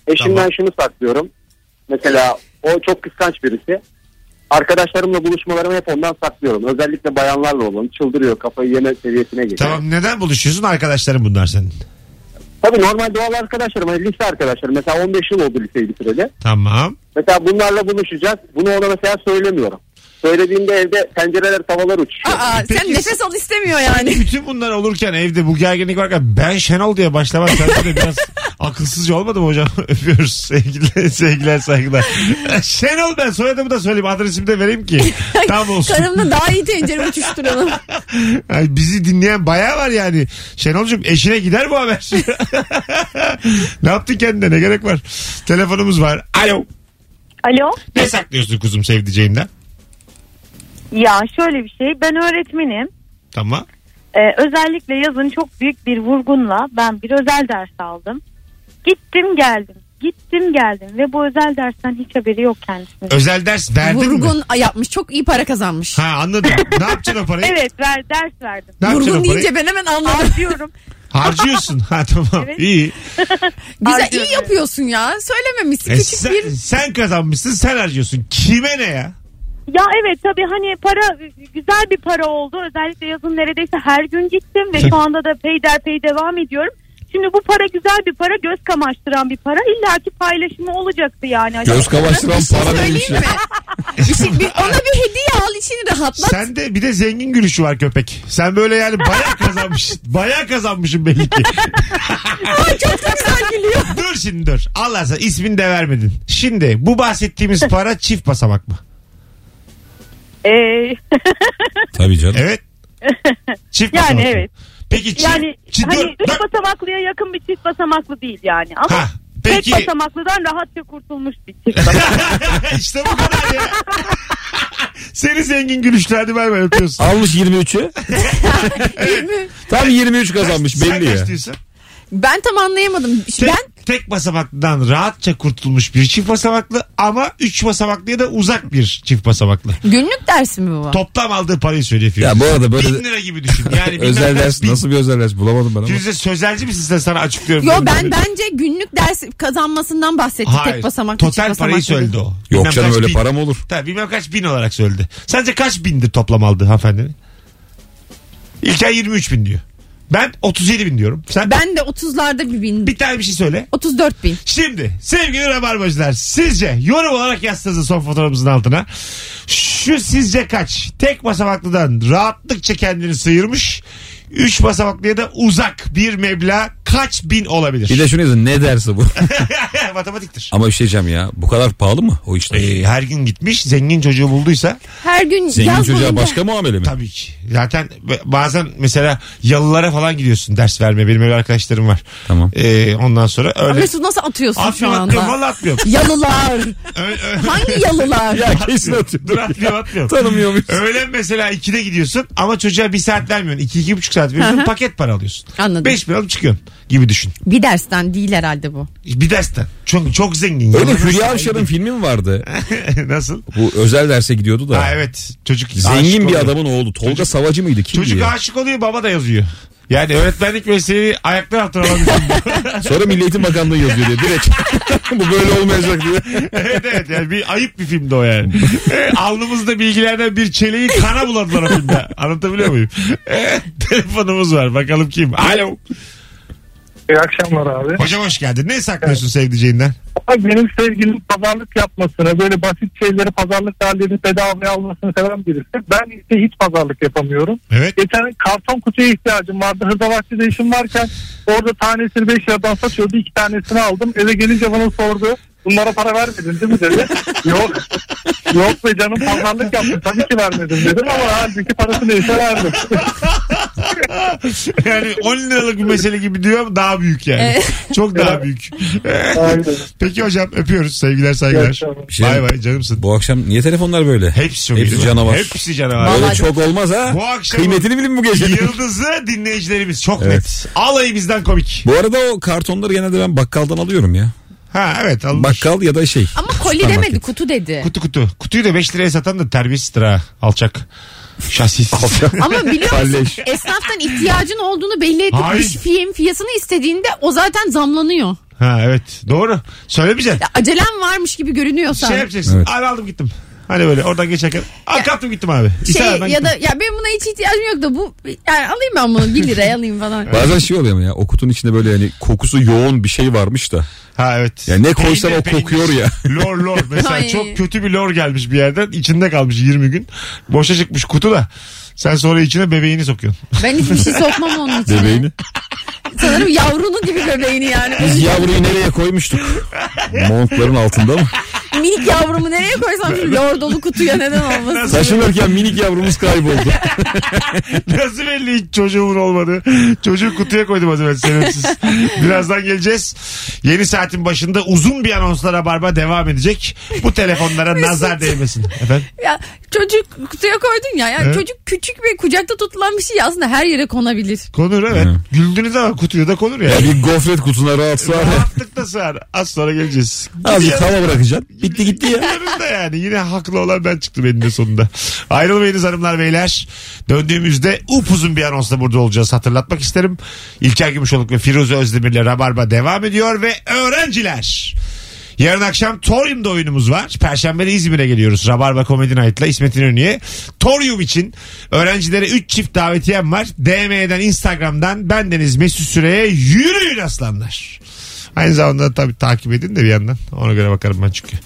S5: Eşimden
S2: Tamam.
S5: şunu saklıyorum. Mesela o çok kıskanç birisi. Arkadaşlarımla buluşmalarımı hep ondan saklıyorum. Özellikle bayanlarla olan çıldırıyor kafayı yeme seviyesine geliyor.
S2: Tamam neden buluşuyorsun? Arkadaşların bunlar senin.
S5: Tabii normal doğal arkadaşlarım hani lise arkadaşlarım. Mesela 15 yıl oldu liseyi bitireli.
S2: Tamam.
S5: Mesela bunlarla buluşacağız. Bunu ona mesela söylemiyorum. Söylediğimde evde pencereler tavalar uçuşuyor.
S3: Aa, sen
S2: Peki-
S3: nefes al istemiyor yani.
S2: Bütün bunlar olurken evde bu gerginlik varken ben Şenol diye başlamak sence de
S3: [LAUGHS]
S2: biraz akılsızca olmadı mı hocam? [LAUGHS] Öpüyoruz. Sevgiler, sevgiler saygılar. Şenol ben soyadımı da söyleyeyim. Adresimi de vereyim
S3: [LAUGHS]
S2: ki. Tam olsun. [LAUGHS]
S3: Karımla daha iyi tencere uçuşturalım.
S2: Ay bizi dinleyen bayağı var yani. Şenolcuğum eşine gider bu haber.
S3: [LAUGHS]
S2: ne yaptın kendine ne gerek var? Telefonumuz var. Alo.
S9: Alo.
S2: Ne saklıyorsun kuzum sevdiceğinden?
S9: Ya şöyle bir şey. Ben öğretmenim.
S2: Tamam.
S9: Ee, özellikle yazın çok büyük bir vurgunla ben bir özel ders aldım. Gittim geldim. Gittim geldim ve bu özel dersten hiç haberi yok kendisinin.
S2: Özel ders verdin mi?
S3: Vurgun yapmış. Çok iyi para kazanmış.
S2: Ha anladım. Ne yapacaksın o parayı?
S9: Evet ver, ders verdim.
S2: Ne yapacaksın
S3: Vurgun
S2: o parayı?
S3: deyince ben hemen anladım.
S9: Harcıyorum.
S2: Harcıyorsun. Ha tamam.
S9: Evet.
S2: İyi.
S3: Güzel
S9: Harcıyorum,
S3: iyi
S9: evet.
S3: yapıyorsun ya. Söylememişsin.
S2: E,
S3: Küçük
S2: sen,
S3: bir
S2: sen kazanmışsın sen harcıyorsun. Kime ne ya?
S9: Ya evet tabii hani para güzel bir para oldu. Özellikle yazın neredeyse her gün gittim ve şu anda da peyderpey devam ediyorum. Şimdi bu para güzel bir para, göz kamaştıran bir para. İlla ki paylaşımı olacaktı yani. Hani
S4: Göz kamaştıran para
S3: şey söyleyeyim
S4: değilmiş ya.
S3: mi?
S2: [LAUGHS]
S3: İşi- bir- ona bir hediye al içini rahatlat.
S2: Sen de bir de zengin gülüşü var köpek. Sen böyle yani bayağı
S9: [LAUGHS]
S2: kazanmış. bayağı kazanmışsın belli ki.
S3: Çok da
S2: [LAUGHS]
S3: güzel gülüyor.
S2: dur şimdi dur. Allah sana ismini de vermedin. Şimdi bu bahsettiğimiz para çift basamak mı?
S9: Ee, [LAUGHS]
S4: Tabii canım.
S2: Evet. Çift
S9: Yani
S2: basamak mı?
S9: evet.
S2: Peki çift,
S9: yani
S2: çift-
S9: hani
S2: dur,
S9: üç
S2: dur.
S9: basamaklıya yakın bir çift basamaklı değil yani. Ama
S2: Ha, peki. [LAUGHS]
S9: tek basamaklıdan rahatça kurtulmuş bir çift basamaklı.
S2: işte bu kadar
S9: [LAUGHS]
S2: ya. Seni zengin gülüşlü hadi bay bay öpüyorsun.
S4: Almış 23'ü.
S3: Değil mi?
S4: Tam 23 kazanmış
S2: Sen
S4: belli ya.
S2: kaç diyorsun?
S3: Ben tam anlayamadım. Ş-
S2: Tek,
S3: Ben
S2: tek basamaklıdan rahatça kurtulmuş bir çift basamaklı ama üç basamaklıya da uzak bir çift basamaklı.
S3: Günlük ders mi bu?
S2: Toplam aldığı parayı söylüyor Firuze.
S4: Ya bu arada böyle
S2: Bin lira gibi düşün.
S4: [LAUGHS]
S2: Yani
S4: özel ders nasıl bir özel ders bulamadım ben ama.
S2: Firuze sözelci misin sen sana açıklıyorum.
S3: Yo
S2: Benim
S3: ben
S2: böyle-
S3: bence günlük ders kazanmasından bahsetti tek basamak.
S2: Total
S3: çift
S2: parayı
S3: basamaklı değil.
S2: söyledi o.
S4: Yok
S2: Bilmem
S4: canım
S2: kaç
S4: öyle
S2: bin-
S4: param olur.
S2: Tabii bilmem kaç bin olarak söyledi. Sence kaç bindir toplam aldı hanımefendinin? İlker 23 bin diyor. Ben 37 bin diyorum. Sen
S3: Ben de 30'larda bir bin.
S2: bir tane bir şey söyle.
S3: 34 bin.
S2: Şimdi sevgili Rabarbacılar sizce yorum olarak yazsanız son fotoğrafımızın altına. Şu sizce kaç? Tek basamaklıdan rahatlıkça kendini sıyırmış. Üç basamaklıya da uzak bir meblağ kaç bin olabilir?
S4: Bir de şunu yazın ne dersi bu?
S2: [LAUGHS] Matematiktir.
S4: [LAUGHS] ama bir şey diyeceğim ya bu kadar pahalı mı o işler?
S2: Ee, her gün gitmiş zengin çocuğu bulduysa
S3: Her gün
S4: Zengin
S3: yaz
S4: çocuğa
S3: boyunca-
S4: başka muamele mi?
S2: Tabii ki. Zaten bazen mesela yalılara falan gidiyorsun ders vermeye. Benim öyle arkadaşlarım var.
S4: Tamam.
S2: Ee, ondan sonra
S3: Ama
S2: öyle.
S3: Mesut nasıl atıyorsun şu
S2: Atmıyorum atmıyorum
S3: anda?
S2: valla atmıyorum.
S3: Yalılar.
S2: [LAUGHS] Ö- ö-
S3: Hangi yalılar?
S4: Ya kesin atıyor.
S2: Dur atmıyorum atmıyorum.
S4: Tanımıyor muyuz?
S2: Öğlen mesela 2'de gidiyorsun ama çocuğa bir saat vermiyorsun. 2 iki, buçuk saat veriyorsun paket para alıyorsun.
S3: Anladım.
S2: 5 bin alıp çıkıyorsun gibi düşün.
S3: Bir dersten değil herhalde bu.
S2: Bir dersten. Çünkü çok zengin.
S4: Öyle
S2: Yalılara
S4: Hülya
S2: sahip
S4: Avşar'ın
S2: değil.
S4: filmi
S2: [LAUGHS]
S4: mi vardı?
S2: Nasıl?
S4: Bu özel derse gidiyordu da.
S2: Ha, evet. Çocuk aşık
S4: Zengin bir
S2: oluyor.
S4: adamın oğlu. Tolga Savacı mıydı? Kimdi
S2: Çocuk
S4: ya?
S2: aşık oluyor baba da yazıyor. Yani öğretmenlik mesleği ayaklar altına alan bir şey.
S4: [LAUGHS] Sonra Milli Eğitim Bakanlığı yazıyor
S2: [LAUGHS]
S4: diye. Direkt bu böyle olmayacak diye.
S2: evet evet yani bir ayıp bir filmdi o yani. E, alnımızda bilgilerden bir çeleği kana buladılar o filmde. Anlatabiliyor muyum? E, telefonumuz var bakalım kim. Alo.
S5: İyi akşamlar abi.
S2: Hocam hoş geldin. Ne saklıyorsun sevdiceğinden?
S5: Abi benim sevgilim pazarlık yapmasını, böyle basit şeyleri pazarlık değerlerini bedavaya almasını seven birisi. Ben işte hiç pazarlık yapamıyorum.
S2: Evet.
S5: Geçen karton kutuya ihtiyacım vardı. Hırdavatçı'da işim varken orada tanesini 5 liradan satıyordu. iki tanesini aldım. Eve gelince bana sordu. Bunlara para vermedin değil mi dedi. Yok. Yok be canım pazarlık yaptım. Tabii ki vermedim dedim ama halbuki parası neyse verdim.
S2: [LAUGHS] Yani 10 liralık bir mesele gibi diyor ama daha büyük yani. Çok daha büyük. E,
S5: Aynen.
S2: Peki hocam öpüyoruz. Sevgiler
S5: İyi
S2: saygılar.
S5: akşamlar.
S4: Bir şey-
S2: Bay bay canımsın.
S4: Bu akşam niye telefonlar böyle?
S2: Hepsi çok iyi
S4: Hepsi
S2: değil mi?
S4: canavar.
S2: Hepsi canavar.
S3: Vallahi
S4: Böyle çok olmaz ha.
S2: Bu akşam-
S4: Kıymetini bilin bu gece.
S2: Yıldızı dinleyicilerimiz çok
S4: Evet.
S2: net. Alayı bizden komik.
S4: Bu arada o kartonları genelde ben bakkaldan alıyorum ya.
S2: Ha evet alınır.
S4: Bakkal ya
S2: [LAUGHS]
S4: da şey.
S3: Ama koli
S4: süpermarket.
S3: demedi kutu dedi.
S2: Kutu kutu. Kutuyu da 5 liraya satan da terbiyesizdir ha. Alçak. Şahsiz.
S3: Ama biliyor
S4: Kalleş.
S3: musun esnaftan ihtiyacın olduğunu belli edip
S2: Hayır.
S3: müşfiyenin fiyasını istediğinde o zaten zamlanıyor.
S2: ha evet. Doğru. Söylemeyeceksin.
S3: Ya acelen varmış gibi görünüyorsan.
S2: Şey yapacaksın.
S4: Evet.
S2: Abi aldım gittim. Hani böyle oradan geçerken. Al kaptım gittim abi.
S3: şey
S2: İsa'dan
S3: ya
S2: gittim.
S3: da ya benim buna hiç ihtiyacım yok da bu yani alayım ben bunu 1 liraya alayım falan.
S4: Bazen şey oluyor ama ya o kutunun içinde böyle yani kokusu yoğun bir şey varmış da.
S2: Ha evet.
S4: Ya ne koysan
S2: Peynir,
S4: o
S2: peynir.
S4: kokuyor
S2: [LAUGHS]
S4: ya.
S2: Lor lor. Mesela
S3: Ay.
S2: çok kötü bir lor gelmiş bir yerden. içinde kalmış 20 gün. Boşa çıkmış kutu da. Sen sonra içine bebeğini sokuyorsun. [LAUGHS]
S3: Ben hiçbir şey sokmam onun içine.
S4: Bebeğini.
S3: Sanırım yavrunun gibi bebeğini yani.
S4: Biz yavruyu nereye koymuştuk? [LAUGHS] Montların altında mı?
S3: Minik yavrumu nereye koysam şu lordolu kutuya
S2: [LAUGHS]
S3: neden olmasın.
S4: Taşınırken minik yavrumuz kayboldu.
S2: Nasıl belli hiç çocuğumun olmadı. Çocuğu kutuya koydum az evvel sebepsiz. Birazdan geleceğiz. Yeni saatin başında uzun bir anonslara barba devam edecek. Bu telefonlara nazar değmesin. Efendim?
S3: Ya çocuk kutuya koydun ya. Yani
S2: Evet.
S3: Çocuk küçük ve kucakta tutulan bir şey aslında her yere konabilir.
S2: Konur evet.
S4: Hı.
S2: Güldünüz ama kutuya da konur ya.
S4: Ya bir gofret kutusuna rahat sığar. ya.
S2: Rahatlıkla sığar. Az sonra geleceğiz.
S4: Azıcık
S2: Gidiyoruz.
S4: tava bırakacaksın. Bitti gitti ya.
S2: Gidiyoruz da yani. Yine haklı olan ben çıktım eninde sonunda. Ayrılmayınız hanımlar beyler. Döndüğümüzde upuzun bir anonsla burada olacağız. Hatırlatmak isterim. İlker Gümüşoluk ve Firuze Özdemir'le Rabarba devam ediyor ve öğrenciler... Yarın akşam Torium'da oyunumuz var. Perşembe de İzmir'e geliyoruz. Rabarba Comedy Night'la İsmet İnönü'ye. Torium için öğrencilere 3 çift davetiyem var. DM'den, Instagram'dan bendeniz Mesut Süre'ye yürüyün aslanlar. Aynı zamanda tabii takip edin de bir yandan. Ona göre bakarım ben çünkü.